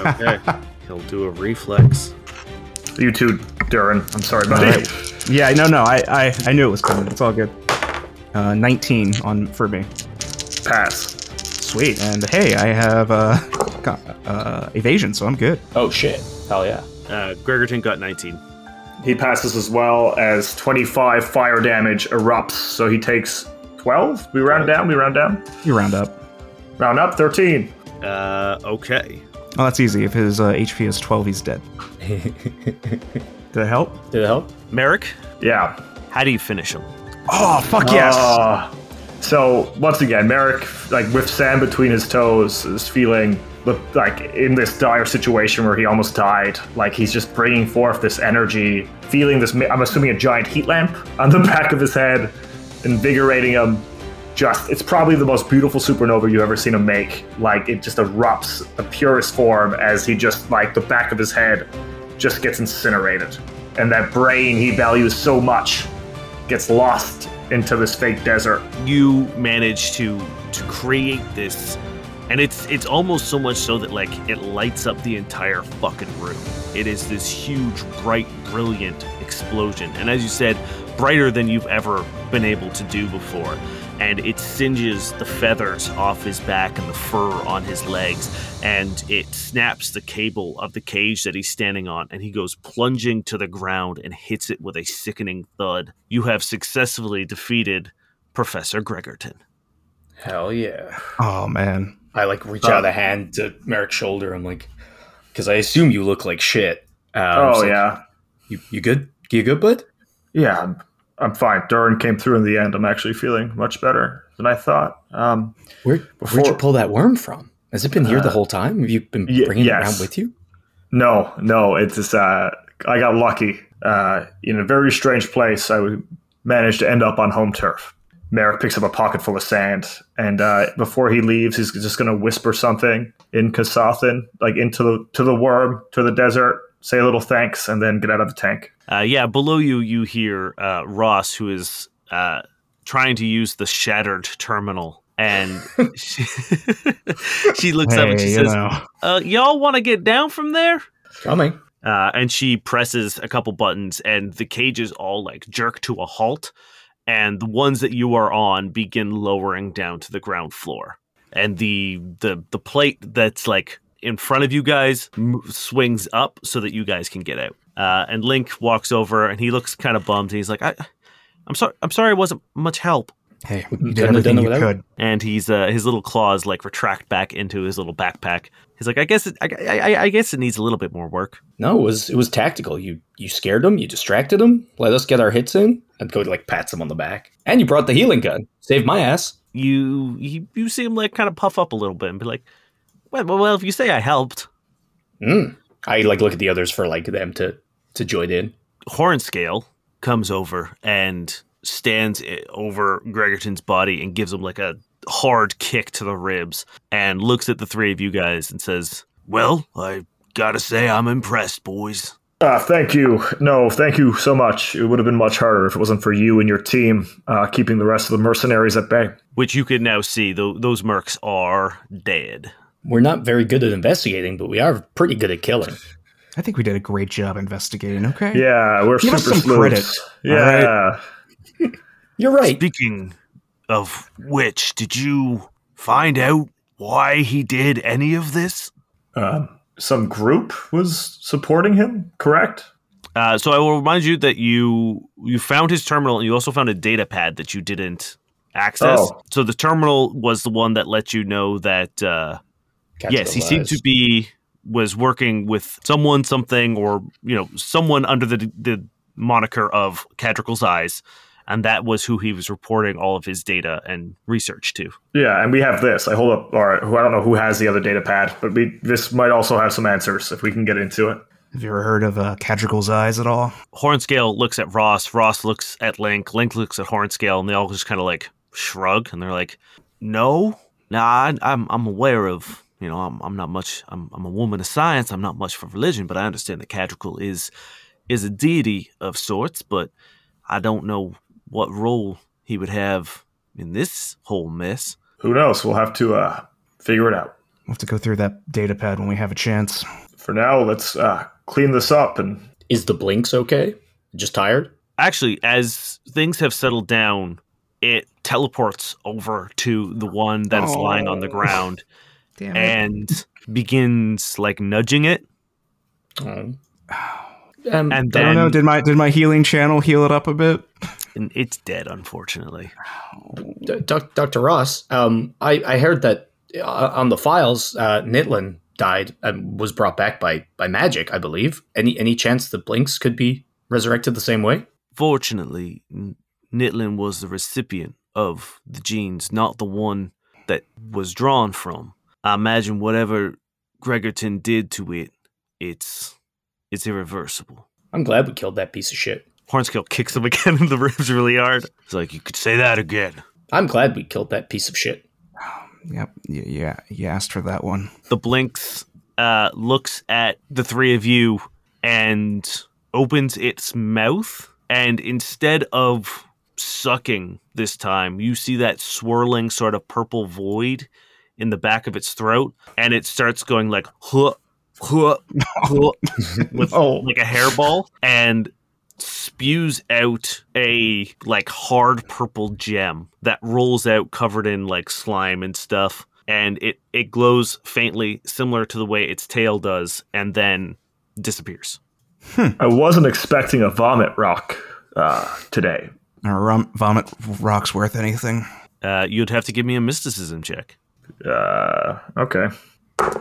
Speaker 2: Okay. [LAUGHS] He'll do a reflex.
Speaker 4: You too, Durin. I'm sorry, buddy.
Speaker 5: All Yeah. No. No. I. I, I knew it was coming. It's all good. Uh, 19 on for me.
Speaker 4: Pass.
Speaker 5: Sweet. And hey, I have uh, got, uh, evasion, so I'm good.
Speaker 3: Oh shit. Hell yeah.
Speaker 2: Uh, Gregerton got 19.
Speaker 4: He passes as well as 25 fire damage erupts, so he takes 12. We round down, we round down.
Speaker 5: You round up.
Speaker 4: Round up, 13.
Speaker 2: Uh, okay.
Speaker 7: Oh, that's easy. If his uh, HP is 12, he's dead. Did I help?
Speaker 3: Did it help?
Speaker 2: Merrick,
Speaker 4: Yeah.
Speaker 2: how do you finish him?
Speaker 7: Oh, fuck yes.
Speaker 4: Ah. so once again, Merrick, like with sand between his toes, is feeling the- like in this dire situation where he almost died. Like he's just bringing forth this energy, feeling this. ma- I'm assuming a giant heat lamp on the [LAUGHS] back of his head, invigorating him. Just, it's probably the most beautiful supernova you've ever seen him make. Like it just erupts the purest form as he just like the back of his head just gets incinerated, and that brain he values so much gets lost into this fake desert.
Speaker 2: you manage to to create this and it's it's almost so much so that like it lights up the entire fucking room it is this huge bright brilliant explosion and as you said brighter than you've ever been able to do before and it singes the feathers off his back and the fur on his legs and it snaps the cable of the cage that he's standing on and he goes plunging to the ground and hits it with a sickening thud you have successfully defeated Professor Gregerton.
Speaker 3: Hell yeah.
Speaker 7: oh, man.
Speaker 3: I like reach out a hand to Merrick's shoulder. I'm like, because I assume you look like shit. Um,
Speaker 4: oh
Speaker 3: so-
Speaker 4: yeah,
Speaker 3: You, you good? You good, bud?
Speaker 4: yeah. I'm, I'm fine. Durin came through in the end. I'm actually feeling much better than I thought. Um,
Speaker 3: Where, where'd you
Speaker 4: Before-
Speaker 3: pull that worm from? Has it been here the whole time? Have you been
Speaker 4: ye-
Speaker 3: bringing it around
Speaker 4: yes.
Speaker 3: with you?
Speaker 4: no, no. It's just, uh, I got lucky. Uh, in a very strange place, I would- managed to end up on home turf. Merrick picks up a pocket full of sand, and uh, before he leaves, he's just going to whisper something in Kasathan, like into the to the worm, to the desert. Say a little thanks, and then get out of the tank.
Speaker 2: Uh, yeah, below you, you hear uh, Ross, who is uh, trying to use the shattered terminal. And
Speaker 7: [LAUGHS]
Speaker 2: [LAUGHS] she, she looks up and she
Speaker 7: Hey, you
Speaker 2: says,
Speaker 7: know.
Speaker 2: uh, Y'all want to get down from there?
Speaker 3: Coming.
Speaker 2: Uh, and she presses a couple buttons, and the cages all like jerk to a halt. And the ones that you are on begin lowering down to the ground floor. And the the the plate that's like in front of you guys m- swings up so that you guys can get out. Uh, and Link walks over, and he looks kind of bummed. And he's like, I, "I'm sorry, I'm sorry, it wasn't much help."
Speaker 7: Hey,
Speaker 3: You
Speaker 7: you
Speaker 3: couldn't
Speaker 7: did
Speaker 3: have done
Speaker 7: everything
Speaker 3: it
Speaker 7: you
Speaker 3: without?
Speaker 7: could.
Speaker 2: and he's uh, his little claws like retract back into his little backpack. He's like, I guess it, I, I, I guess it needs a little bit more work.
Speaker 3: No, it was it was tactical. You you scared him. You distracted him. Let us get our hits in. And Cody like pats him on the back. And you brought the healing gun. Saved my ass.
Speaker 2: You you, you see him like kind of puff up a little bit and be like, well, well, well, if you say I helped,
Speaker 3: Mm. I like look at the others for like them to to join in.
Speaker 2: Hornscale comes over and stands i- over Gregerton's body and gives him like a hard kick to the ribs and looks at the three of you guys and says, "Well, I gotta say I'm impressed, boys."
Speaker 4: Uh, thank you. No, thank you so much. It would have been much harder if it wasn't for you and your team uh, keeping the rest of the mercenaries at bay.
Speaker 2: Which you can now see, though those mercs are dead.
Speaker 3: We're not very good at investigating, but we are pretty good at killing.
Speaker 7: I think we did a great job investigating, okay?
Speaker 4: Yeah, we're
Speaker 7: Mm. Give us
Speaker 4: super
Speaker 7: some
Speaker 4: sleuths.
Speaker 7: credit,
Speaker 4: Yeah.
Speaker 3: You're right.
Speaker 6: Speaking of which, did you find out why he did any of this?
Speaker 4: Um, some group was supporting him, correct?
Speaker 2: Uh, so I will remind you that you you found his terminal and you also found a data pad that you didn't access.
Speaker 4: Oh.
Speaker 2: So the terminal was the one that let you know that uh,
Speaker 3: Catch
Speaker 2: yes,
Speaker 3: the
Speaker 2: he seemed to
Speaker 3: lies.
Speaker 2: be was working with someone, something, or you know someone under the the moniker of Cadricle's Eyes, and that was who he was reporting all of his data and research to.
Speaker 4: Yeah, and we have this. I hold up, or who I don't know who has the other data pad, but we this might also have some answers if we can get into it.
Speaker 7: Have you ever heard of uh, Cadricle's Eyes at all?
Speaker 2: Hornscale looks at Ross. Ross looks at Link. Link looks at Hornscale, and they all just kind of like shrug, and they're like, "No, nah, I, I'm I'm aware of you know I'm I'm not much I'm I'm a woman of science. I'm not much for religion, but I understand that Cadrical is is a deity of sorts, but I don't know what role he would have in this whole mess."
Speaker 4: Who knows? We'll have to uh, figure it out.
Speaker 7: We'll have to go through that data pad when we have a chance.
Speaker 4: For now, let's uh, clean this
Speaker 7: [LAUGHS]
Speaker 4: up. And
Speaker 3: Is the blinks okay? Just tired.
Speaker 2: actually, as things have settled down, it teleports over to the one that is lying on the ground
Speaker 7: Damn
Speaker 2: and begins like nudging it.
Speaker 3: Oh.
Speaker 2: And
Speaker 7: I
Speaker 2: then
Speaker 7: don't know. Did my did my healing channel heal it up a bit?
Speaker 2: and it's dead, unfortunately.
Speaker 3: D- Doc- Dr. Ross, um, I, I heard that uh, on the files, uh, Nitlin died and was brought back by by magic, I believe. Any any chance the Blinks could be resurrected the same way?
Speaker 2: Fortunately, N- Nitlin was the recipient of the genes, not the one that was drawn from. I imagine whatever Gregerton did to it, it's it's irreversible.
Speaker 3: I'm glad we killed that piece of shit.
Speaker 2: Hornskill kicks him [LAUGHS] again in the ribs really hard. It's like you could say that again.
Speaker 3: I'm glad we killed that piece of shit.
Speaker 7: Yep. Yeah. Yeah. You asked for that one.
Speaker 2: The blinks uh, looks at the three of you and opens its mouth, and instead of sucking this time, you see that swirling sort of purple void in the back of its throat, and it starts going like huh, huh, huh, with like a hairball, and spews out a like hard purple gem that rolls out covered in like slime and stuff and it it glows faintly similar to the way its tail does and then disappears
Speaker 4: I wasn't expecting a vomit rock uh, today.
Speaker 7: Or rum, vomit rocks worth anything.
Speaker 2: uh, you'd have to give me a mysticism check
Speaker 4: Uh, okay. Uh,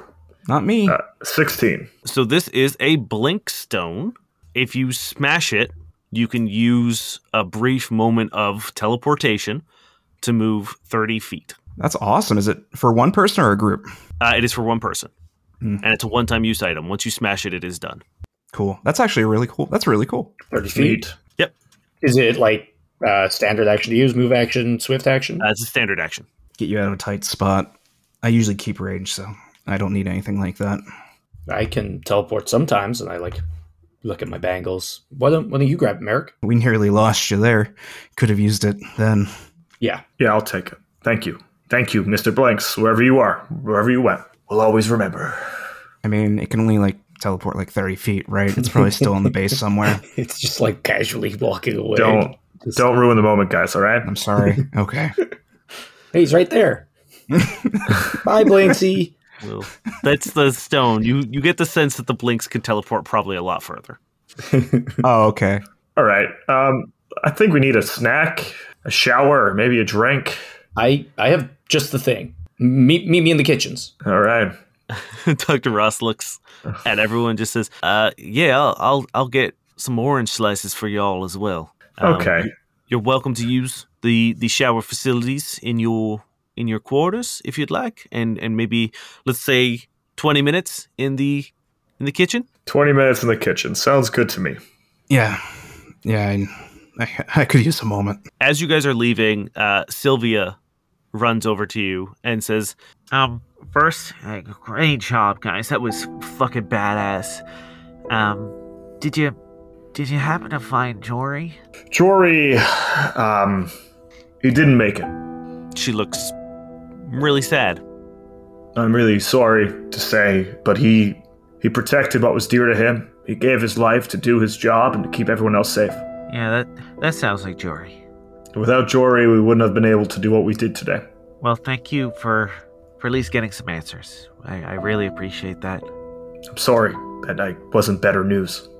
Speaker 7: Not me.
Speaker 2: Uh,
Speaker 4: 16.
Speaker 2: so this is a blink stone if you smash it you can use a brief moment of teleportation to move 30 feet
Speaker 7: That's awesome. Is it for one person or a group?
Speaker 2: uh, it is for one person and it's a one-time use item once you smash it it is done
Speaker 7: Cool. That's actually really cool. That's really cool.
Speaker 3: 30 feet.
Speaker 2: Yep.
Speaker 3: Is it like uh, standard action to use, move action, swift action?
Speaker 2: uh, it's a standard action
Speaker 7: Get you out of a tight spot. I usually keep range, so I don't need anything like that.
Speaker 3: I can teleport sometimes, and I like look at my bangles. Why don't Why don't you grab it, Merrick?
Speaker 7: We nearly lost you there. Could have used it then.
Speaker 3: Yeah,
Speaker 4: Yeah, I'll take it. Thank you. Thank you, Mr. Blanks, wherever you are, wherever you went. We'll always remember.
Speaker 7: I mean, it can only like teleport like 30 feet, right? It's probably still in the base [LAUGHS] somewhere.
Speaker 3: [LAUGHS] it's just like casually walking away.
Speaker 4: Don't
Speaker 3: Just-
Speaker 4: don't ruin the moment, guys, all right?
Speaker 7: I'm sorry. Okay.
Speaker 3: Hey, he's right there. Bye, Blanksy.
Speaker 2: Well, that's the stone. You you get the sense that the blinks can teleport probably a lot further. [LAUGHS]
Speaker 7: Oh, okay.
Speaker 4: All right. Um, I think we need a snack, a shower, maybe a drink.
Speaker 3: I I have just the thing. Meet meet me in the kitchens.
Speaker 4: All right.
Speaker 2: Dr. Ross looks at everyone and just says, "Uh yeah, I'll I'll, I'll get some orange slices for y'all as well." Um,
Speaker 4: Okay.
Speaker 2: You're welcome to use the the shower facilities in your in your quarters if you'd like and and maybe let's say 20 minutes in the in the kitchen.
Speaker 4: 20 minutes in the kitchen. Sounds good to me.
Speaker 7: Yeah. Yeah. I, I, I could use a moment.
Speaker 2: As you guys are leaving, uh Sylvia runs over to you and says,
Speaker 6: Um, first, uh, great job, guys. That was fucking badass. Um, did you did you happen to find Jory?
Speaker 4: Jory, um, he didn't make it.
Speaker 2: she looks really sad.
Speaker 4: I'm really sorry to say, but he he protected what was dear to him. He gave his life to do his job and to keep everyone else safe.
Speaker 6: Yeah, that that sounds like Jory.
Speaker 4: Without Jory, we wouldn't have been able to do what we did today.
Speaker 6: Well, thank you for for at least getting some answers. I, I really appreciate that.
Speaker 4: I'm sorry that I wasn't better news. [LAUGHS]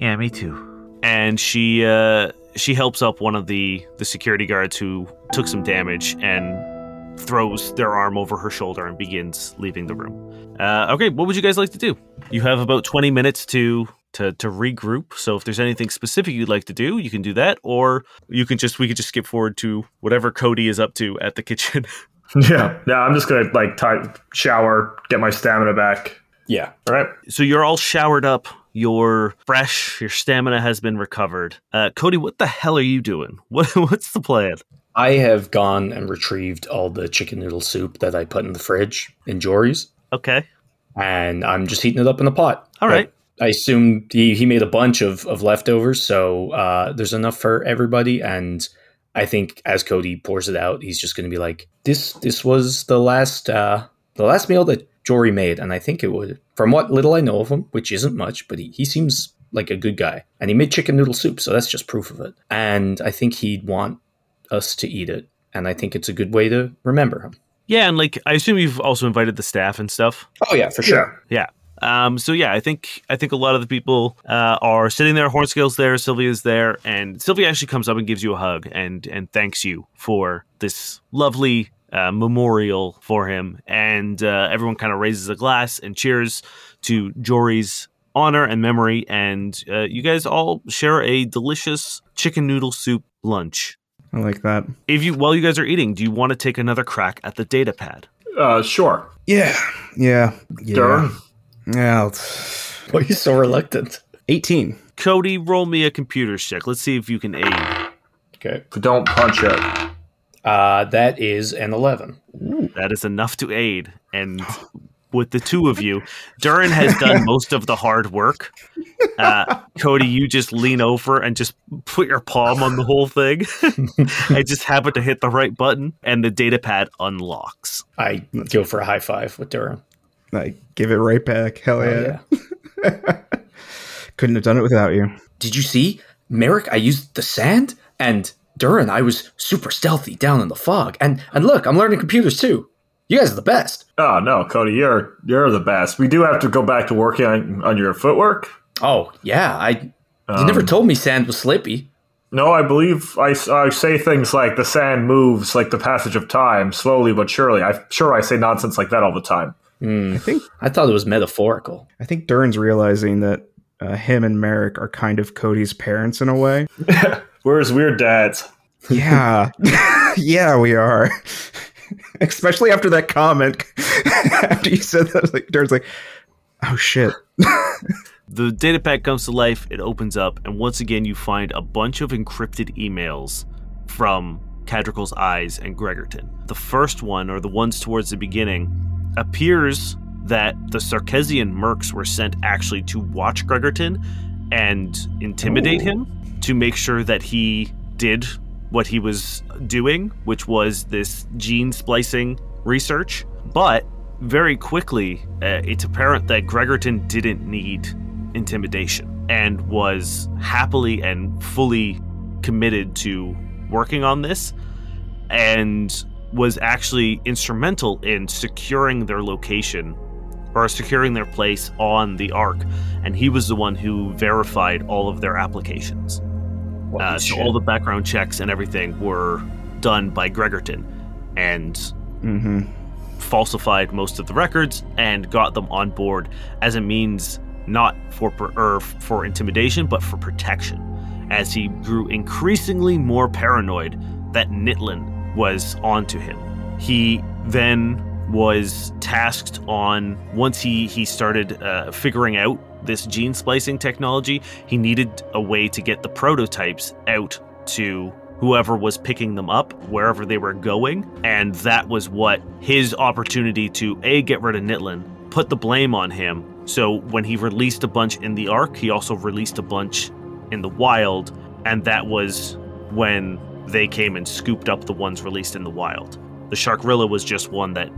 Speaker 6: Yeah, me too.
Speaker 2: and she uh, she helps up one of the the security guards who took some damage and throws their arm over her shoulder and begins leaving the room. Uh, okay, what would you guys like to do? You have about twenty minutes to. To, to regroup so if there's anything specific you'd like to do you can do that or you can just we could just skip forward to whatever cody is up to at the kitchen [LAUGHS]
Speaker 4: Yeah, yeah. I'm just gonna like tie, shower, get my stamina back.
Speaker 3: Yeah.
Speaker 4: All right.
Speaker 2: so you're all showered up you're fresh your stamina has been recovered uh, cody what the hell are you doing [LAUGHS] what, what's the plan
Speaker 3: I have gone and retrieved all the chicken noodle soup that I put in the fridge in Jory's,
Speaker 2: okay
Speaker 3: and I'm just heating it up in the pot.
Speaker 2: All right.
Speaker 3: I, I assume he, he made a bunch of, of leftovers, so uh, there's enough for everybody. And I think as Cody pours it out, he's just going to be like, "This this was the last uh, the last meal that Jory made, and I think it would, from what little I know of him, which isn't much, but he, he seems like a good guy, and he made chicken noodle soup, so that's just proof of it. And I think he'd want us to eat it, and I think it's a good way to remember him.
Speaker 2: Yeah, and like I assume you've also invited the staff and stuff.
Speaker 3: Oh yeah, for
Speaker 4: Yeah.
Speaker 2: Yeah. Um, so yeah, I think I think a lot of the people uh, are sitting there. Hornscale's there, Sylvia's there, and Sylvia actually comes up and gives you a hug and and thanks you for this lovely uh, memorial for him, and uh, everyone kind of raises a glass and cheers to Jory's honor and memory. And uh, you guys all share a delicious chicken noodle soup lunch.
Speaker 7: I like that.
Speaker 2: If you while you guys are eating, do you want to take another crack at the data pad?
Speaker 4: Uh, sure.
Speaker 7: Yeah. Yeah. Yeah.
Speaker 4: Durham.
Speaker 7: Yeah. it's-
Speaker 3: [LAUGHS] Why are you so reluctant?
Speaker 7: 18.
Speaker 2: Cody, roll me a computer check. Let's see if you can aid.
Speaker 3: Okay.
Speaker 4: But don't punch it.
Speaker 3: Uh, that is an 11.
Speaker 2: That is enough to aid. And with the two of you, Durin has done most of the hard work. Uh, Cody, you just lean over and just put your palm on the whole thing. [LAUGHS] I just happen to hit the right button, and the data pad unlocks.
Speaker 3: I go for a high five with Durham.
Speaker 7: Like, give it right back. Hell
Speaker 3: Oh,
Speaker 7: yeah. Couldn't have done it without you.
Speaker 3: Did you see? Merrick, I used the sand, and Durin, I was super stealthy down in the fog. And and look, I'm learning computers too. You guys are the best.
Speaker 4: Oh no, Cody, you're you're the best. We do have to go back to working on, on your footwork.
Speaker 3: Oh, yeah. I You
Speaker 4: Um,
Speaker 3: never told me sand was slippy.
Speaker 4: No, I believe I, s- I say things like the sand moves like the passage of time, slowly but surely. I'm sure I say nonsense like that all the time.
Speaker 7: I think
Speaker 3: I thought it was metaphorical.
Speaker 7: I think Dern's realizing that uh, him and Merrick are kind of Cody's parents in a way.
Speaker 4: Where's weird dads?
Speaker 7: Yeah. [LAUGHS] yeah, we are. [LAUGHS] Especially after that comment. [LAUGHS] after you said that, like Dern's like, oh shit.
Speaker 2: The data pad comes to life, it opens up, and once again you find a bunch of encrypted emails from Cadricle's eyes and Gregerton. The first one, or the ones towards the beginning, appears that the Sarkesian mercs were sent actually to watch Gregerton and intimidate him to make sure that he did what he was doing, which was this gene splicing research. But very quickly, uh, it's apparent that Gregerton didn't need intimidation and was happily and fully committed to working on this and was actually instrumental in securing their location or securing their place on the ark and he was the one who verified all of their applications uh, so all the background checks and everything were done by gregerton and
Speaker 7: Mm-hmm.
Speaker 2: falsified most of the records and got them on board as a means not for per, er, for intimidation but for protection as he grew increasingly more paranoid that Nitlin was onto him he then was tasked on once he he started uh, figuring out this gene splicing technology he needed a way to get the prototypes out to whoever was picking them up wherever they were going and that was what his opportunity to a get rid of nitlin put the blame on him so when he released a bunch in the ark he also released a bunch in the wild and that was when they came and scooped up the ones released in the wild the sharkrilla was just one that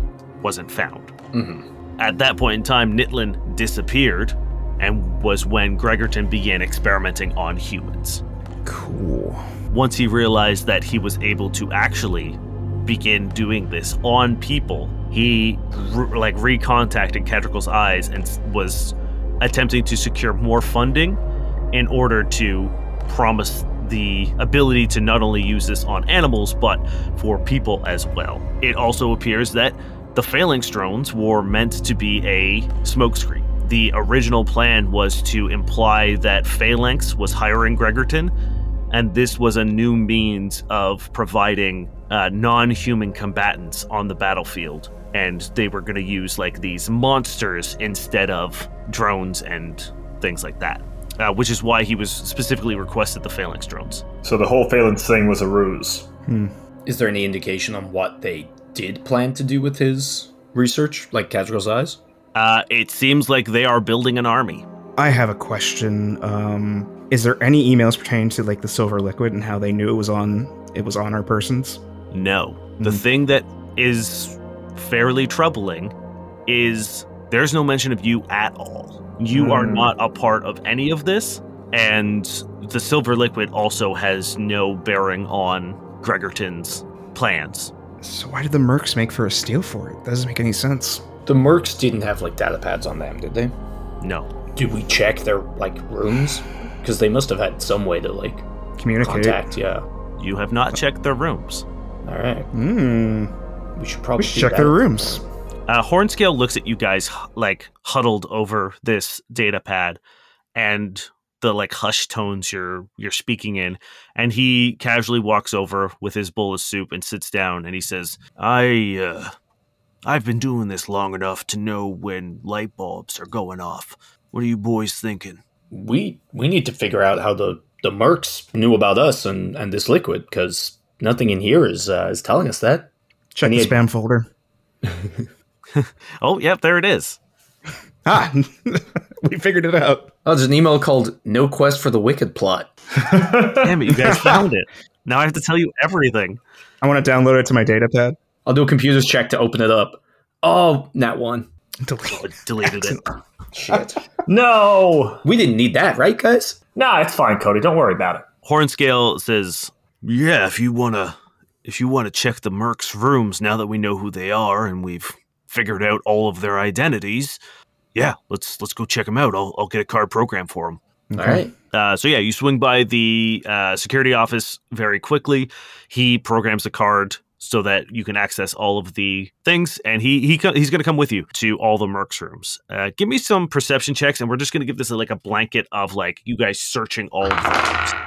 Speaker 2: wasn't found
Speaker 3: Mhm.
Speaker 2: at that point in time nitlin disappeared and was when gregerton began experimenting on humans
Speaker 7: Cool.
Speaker 2: once he realized that he was able to actually begin doing this on people he re- like recontacted Cadricle's eyes and s- was attempting to secure more funding in order to promise the ability to not only use this on animals but for people as well it also appears that the phalanx drones were meant to be a smokescreen the original plan was to imply that phalanx was hiring gregerton and this was a new means of providing uh, non-human combatants on the battlefield and they were going to use like these monsters instead of drones and things like that uh, which is why he was specifically requested the phalanx drones
Speaker 4: So the whole Phelan's thing was a ruse.
Speaker 3: Is there any indication on what they did plan to do with his research, like Cadricle's eyes?
Speaker 2: uh, it seems like they are building an army
Speaker 7: I have a question. Um, is there any emails pertaining to like the silver liquid and how they knew it was on it was on our persons?
Speaker 2: No. The
Speaker 7: Hmm.
Speaker 2: thing that is fairly troubling is there's no mention of you at all. You are
Speaker 4: Hmm.
Speaker 2: not a part of any of this, and the silver liquid also has no bearing on Gregerton's plans.
Speaker 7: So why did the Mercs make for a steal for it? That doesn't make any sense.
Speaker 3: The Mercs didn't have like data pads on them, did they?
Speaker 2: No.
Speaker 3: Did we check their like rooms? Because they must have had some way to like
Speaker 7: Communicate.
Speaker 3: contact. Yeah.
Speaker 2: You have not checked their rooms.
Speaker 3: All right.
Speaker 7: Hmm.
Speaker 3: We should
Speaker 7: We
Speaker 3: probably
Speaker 7: should
Speaker 3: do
Speaker 7: check
Speaker 3: that.
Speaker 7: their rooms.
Speaker 2: Uh, Hornscale looks at you guys h- like huddled over this data pad and the like hushed tones you're you're speaking in and he casually walks over with his bowl of soup and sits down and he says
Speaker 6: I, uh, I've been doing this long enough to know when light bulbs are going off. What are you boys thinking?
Speaker 3: We we need to figure out how the the mercs knew about us and and this liquid because nothing in here is uh, is telling us that.
Speaker 7: Check the
Speaker 3: Need-
Speaker 7: spam folder.
Speaker 2: oh yep there it is
Speaker 7: Ah, [LAUGHS] we figured it out.
Speaker 3: Oh, there's an email called "No Quest for the Wicked Plot."
Speaker 2: damn it you [LAUGHS] guys found it now i have to tell you everything
Speaker 7: I want to download it to my data pad.
Speaker 3: I'll do a computer's check to open it up. Oh, not one.
Speaker 2: oh, it deleted it
Speaker 3: Shit.
Speaker 4: No!
Speaker 3: we didn't need that, right, guys?
Speaker 4: Nah, it's fine, Cody. Don't worry about it.
Speaker 2: hornscale says
Speaker 6: Yeah, if you wanna, if you wanna check the Merc's rooms now that we know who they are and we've figured out all of their identities, yeah, let's let's go check them out. I'll I'll get a card program for them.
Speaker 3: All right.
Speaker 2: Uh, so yeah, you swing by the uh, security office very quickly. He programs the card so that you can access all of the things, and he he co- he's going to come with you to all the Mercs rooms. Uh, give me some perception checks, and we're just going to give this like a blanket of like you guys searching all of the rooms.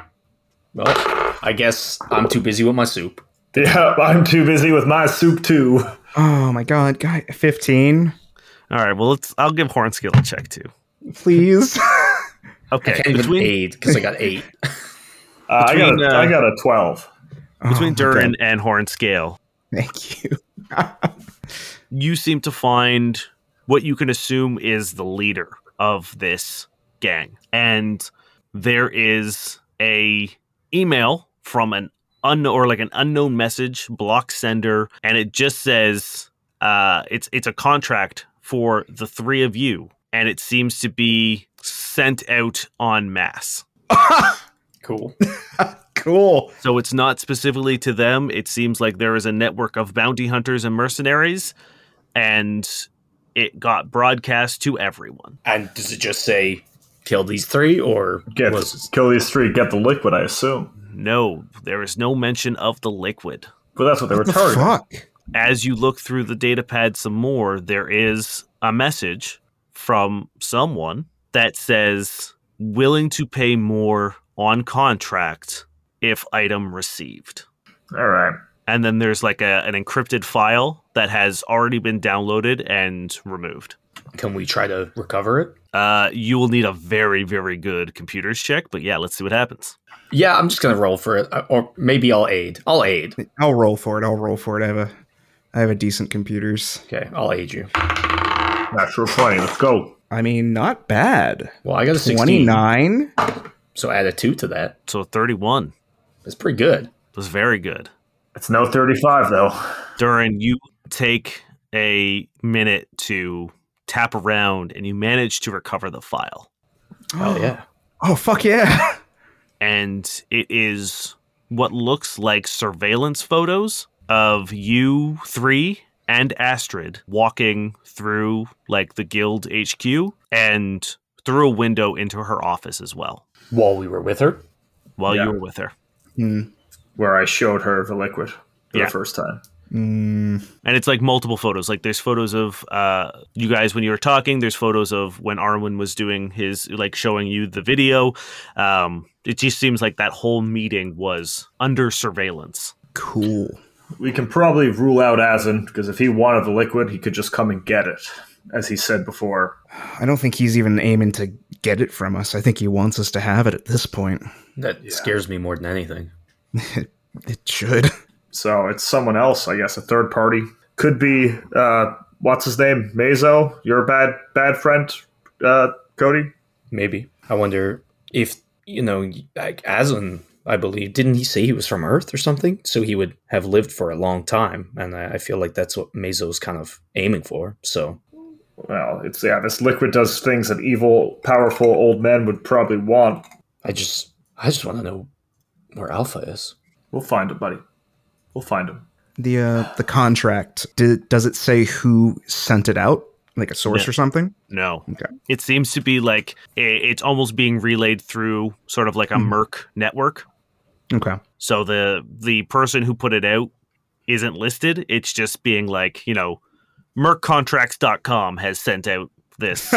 Speaker 3: Well, I guess I'm too busy with my soup.
Speaker 4: [LAUGHS] Yeah, I'm too busy with my soup, too.
Speaker 7: Oh my god, guy, fifteen,
Speaker 2: All right, well let's. I'll give Hornskill a check too.
Speaker 7: [LAUGHS] please.
Speaker 2: Okay,
Speaker 3: Can't even
Speaker 2: between
Speaker 3: aid because I
Speaker 4: [LAUGHS]
Speaker 3: got eight.
Speaker 4: Uh, I, got
Speaker 2: Between,
Speaker 4: a,
Speaker 2: uh,
Speaker 4: I got a 12.
Speaker 7: Oh my
Speaker 2: between
Speaker 7: God,
Speaker 2: Durin and Hornscale,
Speaker 7: Thank you.
Speaker 2: you seem to find what you can assume is the leader of this gang and there is a email from an unknown or like an unknown message block sender and it just says uh it's it's a contract for the three of you and it seems to be sent out on mass
Speaker 3: Cool.
Speaker 7: [LAUGHS] Cool.
Speaker 2: so it's not specifically to them it seems like there is a network of bounty hunters and mercenaries and it got broadcast to everyone
Speaker 3: And does it just say kill these three or
Speaker 4: Get,
Speaker 3: was-
Speaker 4: kill these three, get the liquid, I assume.
Speaker 2: No, there is no mention of the liquid.
Speaker 4: But that's what they were targeting.
Speaker 7: Fuck.
Speaker 2: As you look through the data pad some more, there is a message from someone that says, willing to pay more on contract if item received.
Speaker 4: All right.
Speaker 2: And then there's like a, an encrypted file that has already been downloaded and removed.
Speaker 3: can we try to recover it?
Speaker 2: Uh, you will need a very, very good computers check, but yeah, let's see what happens.
Speaker 3: Yeah, I'm just gonna roll for it, Uh, or maybe I'll aid. I'll aid.
Speaker 7: I'll roll for it. I'll roll for it. I have a, I have a decent computers.
Speaker 3: Okay, I'll aid you.
Speaker 4: Natural 20. Let's go.
Speaker 7: I mean, not bad.
Speaker 3: Well, I got a 16,
Speaker 7: Twenty nine.
Speaker 3: so add a two to that.
Speaker 2: So 31
Speaker 3: That's pretty good.
Speaker 2: was very good.
Speaker 4: It's no 35, though.
Speaker 2: Durin, you take a minute to tap around and you manage to recover the file.
Speaker 3: Oh yeah.
Speaker 7: Oh fuck yeah.
Speaker 2: And it is what looks like surveillance photos of you three and Astrid walking through like the guild HQ and through a window into her office as well
Speaker 3: While we were with her,
Speaker 2: while
Speaker 4: Yeah.
Speaker 2: you were with her.
Speaker 7: Hmm.
Speaker 4: Where I showed her the liquid for
Speaker 2: Yeah.
Speaker 4: the first time.
Speaker 7: Mm.
Speaker 2: And it's like multiple photos. Like there's photos of uh, you guys when you were talking. There's photos of when Arwen was doing his like showing you the video. Um, it just seems like that whole meeting was under surveillance.
Speaker 7: Cool.
Speaker 4: We can probably rule out Azin, because if he wanted the liquid, he could just come and get it, as he said before.
Speaker 7: I don't think he's even aiming to get it from us. I think he wants us to have it at this point.
Speaker 3: that scares me more than anything.
Speaker 7: It should.
Speaker 4: So it's someone else, I guess, a third party. Could be, uh, what's his name? Mazo, your bad, bad friend, uh, Cody?
Speaker 3: Maybe. I wonder if you know, like Azan. I believe didn't he say he was from Earth or something? So he would have lived for a long time, and I, I feel like that's what Mezo's kind of aiming for. So
Speaker 4: Well, it's, yeah, this liquid does things that evil, powerful old men would probably want.
Speaker 3: I just, I just want to know where Alpha is.
Speaker 4: We'll find him, buddy. We'll find him.
Speaker 7: The uh, the contract. Did, does it say who sent it out? Like a source
Speaker 2: No.
Speaker 7: or something?
Speaker 2: No,
Speaker 7: Okay.
Speaker 2: it seems to be like i it's almost being relayed through sort of like a
Speaker 7: Mhm.
Speaker 2: Merc network.
Speaker 7: Okay.
Speaker 2: So the the person who put it out isn't listed. It's just being like, you know, merccontracts.com has sent out this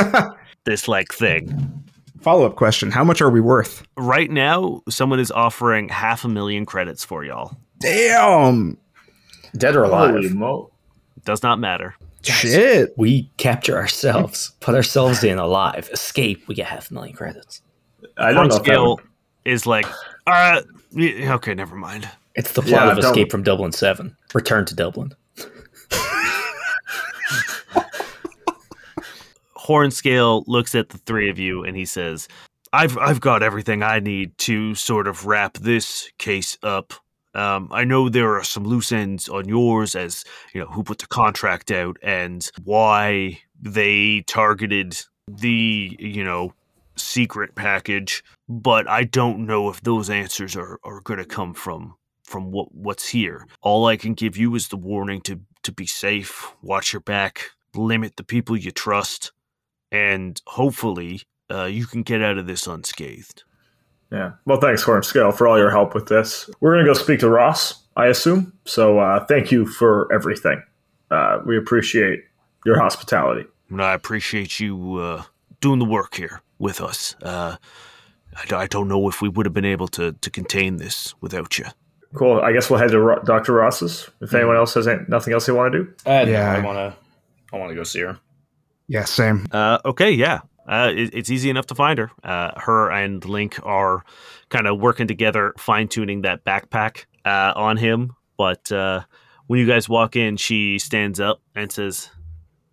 Speaker 2: this like thing.
Speaker 7: Follow up question How much are we worth?
Speaker 2: Right now, someone is offering half a million credits for y'all.
Speaker 7: Damn.
Speaker 3: Dead or alive.
Speaker 4: Holy mo-
Speaker 2: Does not matter.
Speaker 3: Guys,
Speaker 7: Shit.
Speaker 3: We capture ourselves, put ourselves in alive, escape, we get half a million credits.
Speaker 4: I
Speaker 2: Front
Speaker 4: don't know if that
Speaker 2: scale
Speaker 4: would,
Speaker 2: is like, all right, yeah, okay, never mind.
Speaker 3: It's the plot
Speaker 4: Yeah,
Speaker 3: of
Speaker 4: don't-
Speaker 3: Escape from Dublin 7. Return to Dublin.
Speaker 2: Horn scale looks at the three of you and he says, "I've I've got everything I need to sort of wrap this case up. Um, I know there are some loose ends on yours, as you know who put the contract out and why they targeted the you know secret package, but I don't know if those answers are are going to come from." From what what's here, all I can give you is the warning to to be safe, watch your back, limit the people you trust, and hopefully uh, you can get out of this unscathed.
Speaker 4: yeah. Well, thanks, Horn Scale, for all your help with this. We're going to go speak to Ross, I assume. So uh, thank you for everything. Uh, we appreciate your hospitality.
Speaker 2: And I appreciate you uh, doing the work here with us. Uh, I, d- I don't know if we would have been able to, to contain this without you.
Speaker 4: Cool. I guess we'll head to Ro- Dr. Ross's if anyone else has ain't nothing else they want to do.
Speaker 3: Uh,
Speaker 7: Yeah.
Speaker 3: I want to I wanna go see her.
Speaker 7: Yeah, same.
Speaker 2: Uh, okay, yeah. Uh, it, it's easy enough to find her. Uh, her and Link are kind of working together, fine tuning that backpack uh, on him. But uh, when you guys walk in, she stands up and says,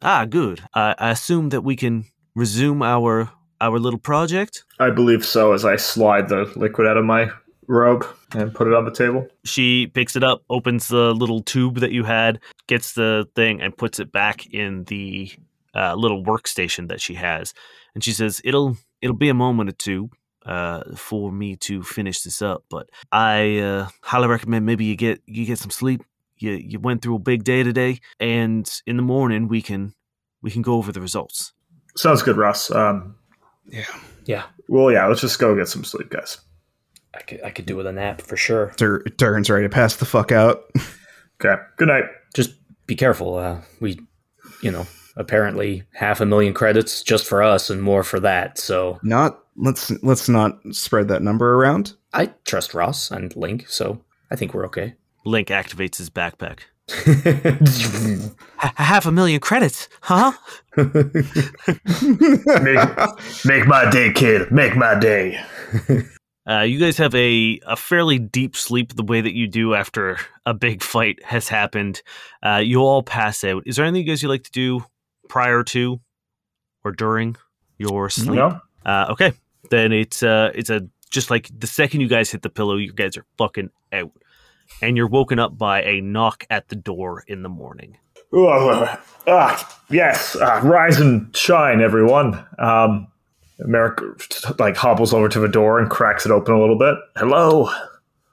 Speaker 2: "Ah, good. I, I assume that we can resume our our little project."
Speaker 4: I believe so as I slide the liquid out of my robe and put it on the table.
Speaker 2: She picks it up, opens the little tube that you had, gets the thing, and puts it back in the uh, little workstation that she has. And she says, "It'll it'll be a moment or two uh, for me to finish this up, but I uh, highly recommend maybe you get you get some sleep. You you went through a big day today, and in the morning we can we can go over the results."
Speaker 4: Sounds good, Ross. Um,
Speaker 3: Yeah,
Speaker 4: well, yeah, let's just go get some sleep, guys.
Speaker 3: I could, I could do with a nap for sure.
Speaker 7: Tur- Turns ready to pass the fuck out.
Speaker 4: Okay. Good night.
Speaker 3: Just be careful. Uh, we, you know, apparently half a million credits just for us and more for that. So
Speaker 7: Not let's let's not spread that number around.
Speaker 3: I trust Ross and Link, so I think we're okay. [LAUGHS]
Speaker 2: Link activates his backpack. "A- a half a million credits, huh?
Speaker 4: Make, make my day, kid. Make my day.
Speaker 2: Uh, you guys have a, a fairly deep sleep the way that you do after a big fight has happened. Uh, you all pass out. Is there anything you guys you like to do prior to or during your sleep?
Speaker 4: No?
Speaker 2: Uh, okay, then it's uh, it's a just like the second you guys hit the pillow, you guys are fucking out, and you're woken up by a knock at the door in the morning.
Speaker 4: Ooh, ah, ah, yes. Ah, rise and shine, everyone. Um, Merrick like hobbles over to the door and cracks it open a little bit. Hello.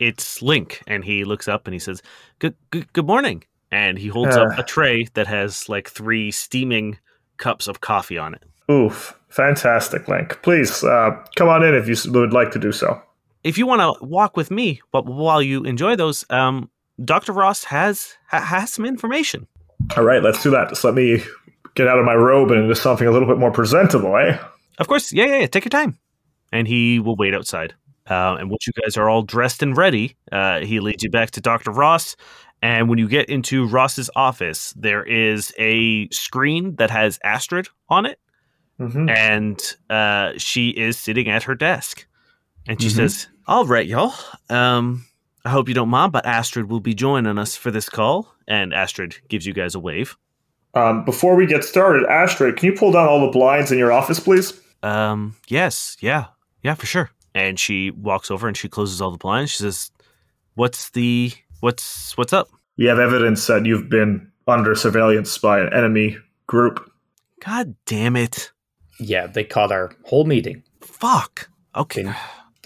Speaker 2: It's Link, and he looks up and he says, "Good good, good morning," and he holds up
Speaker 4: Uh.
Speaker 2: a tray that has like three steaming cups of coffee on it.
Speaker 4: Oof. Fantastic, Link. Please uh, come on in if you s- would like to do so.
Speaker 2: if you want to walk with me, but while you enjoy those, um, Doctor Ross has ha- has some information.
Speaker 4: All right, let's do that. Just let me get out of my robe and into something a little bit more presentable, eh?
Speaker 2: Of course, yeah, yeah, yeah. Take your time, and he will wait outside. Uh, and once you guys are all dressed and ready, uh, he leads you back to Doctor Ross. And when you get into Ross's office, there is a screen that has Astrid on it,
Speaker 4: Mm-hmm.
Speaker 2: and uh, she is sitting at her desk. And she
Speaker 7: Mhm.
Speaker 2: says, All right, y'all. Um, I hope you don't mind, but Astrid will be joining us for this call. And Astrid gives you guys a wave.
Speaker 4: Um, before we get started, Astrid, can you pull down all the blinds in your office, please?
Speaker 2: Um, yes, yeah, yeah, for sure. And she walks over and she closes all the blinds. She says, What's the what's what's up?
Speaker 4: We have evidence that you've been under surveillance by an enemy group.
Speaker 2: God damn it.
Speaker 3: yeah, they caught our whole meeting.
Speaker 2: Fuck. Okay.
Speaker 3: Then-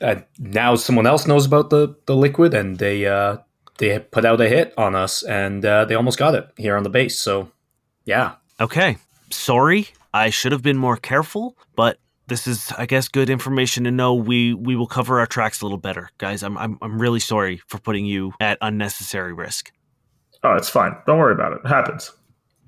Speaker 3: Uh, now someone else knows about the, the liquid, and they uh, they put out a hit on us, and uh, they almost got it here on the base. So, yeah,
Speaker 2: Okay. Sorry, I should have been more careful, but this is, I guess, good information to know. We we will cover our tracks a little better, guys. I'm I'm, I'm really sorry for putting you at unnecessary risk.
Speaker 4: Oh, it's fine. Don't worry about it. It happens.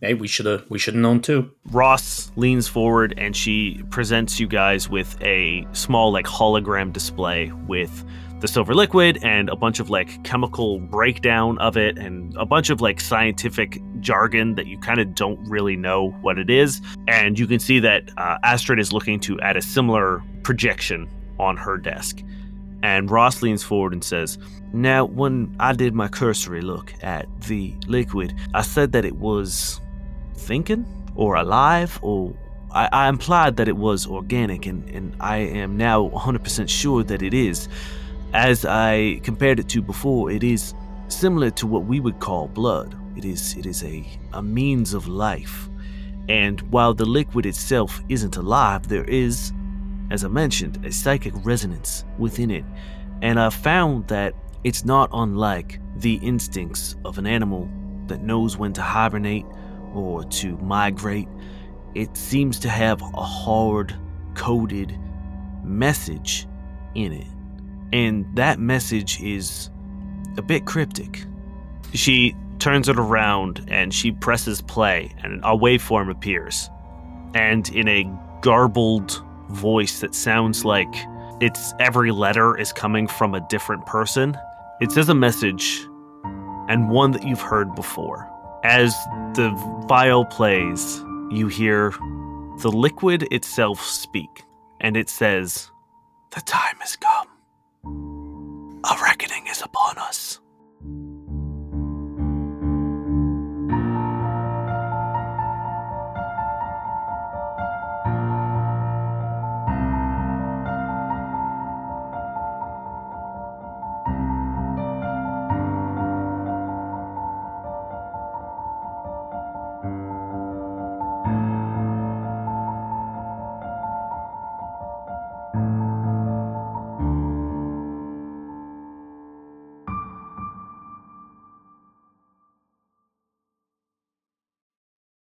Speaker 3: Hey, we should have we should have known too.
Speaker 2: Ross leans forward and she presents you guys with a small, like, hologram display with the silver liquid and a bunch of, like, chemical breakdown of it and a bunch of, like, scientific jargon that you kind of don't really know what it is. And you can see that uh, Astrid is looking to add a similar projection on her desk. And Ross leans forward and says, Now, when I did my cursory look at the liquid, I said that it was thinking or alive or I, I implied that it was organic and, and I am now 100% sure that it is. As I compared it to before, it is similar to what we would call blood. It is it is a, a means of life. And while the liquid itself isn't alive, there is, as I mentioned, a psychic resonance within it. And I found that it's not unlike the instincts of an animal that knows when to hibernate or to migrate, it seems to have a hard coded message in it. And that message is a bit cryptic.
Speaker 6: She turns it around and she presses play, and a waveform appears. And in a garbled voice that sounds like it's every letter is coming from a different person, it says a message and one that you've heard before. As the vial plays, you hear the liquid itself speak, and it says, The time has come. A reckoning is upon us.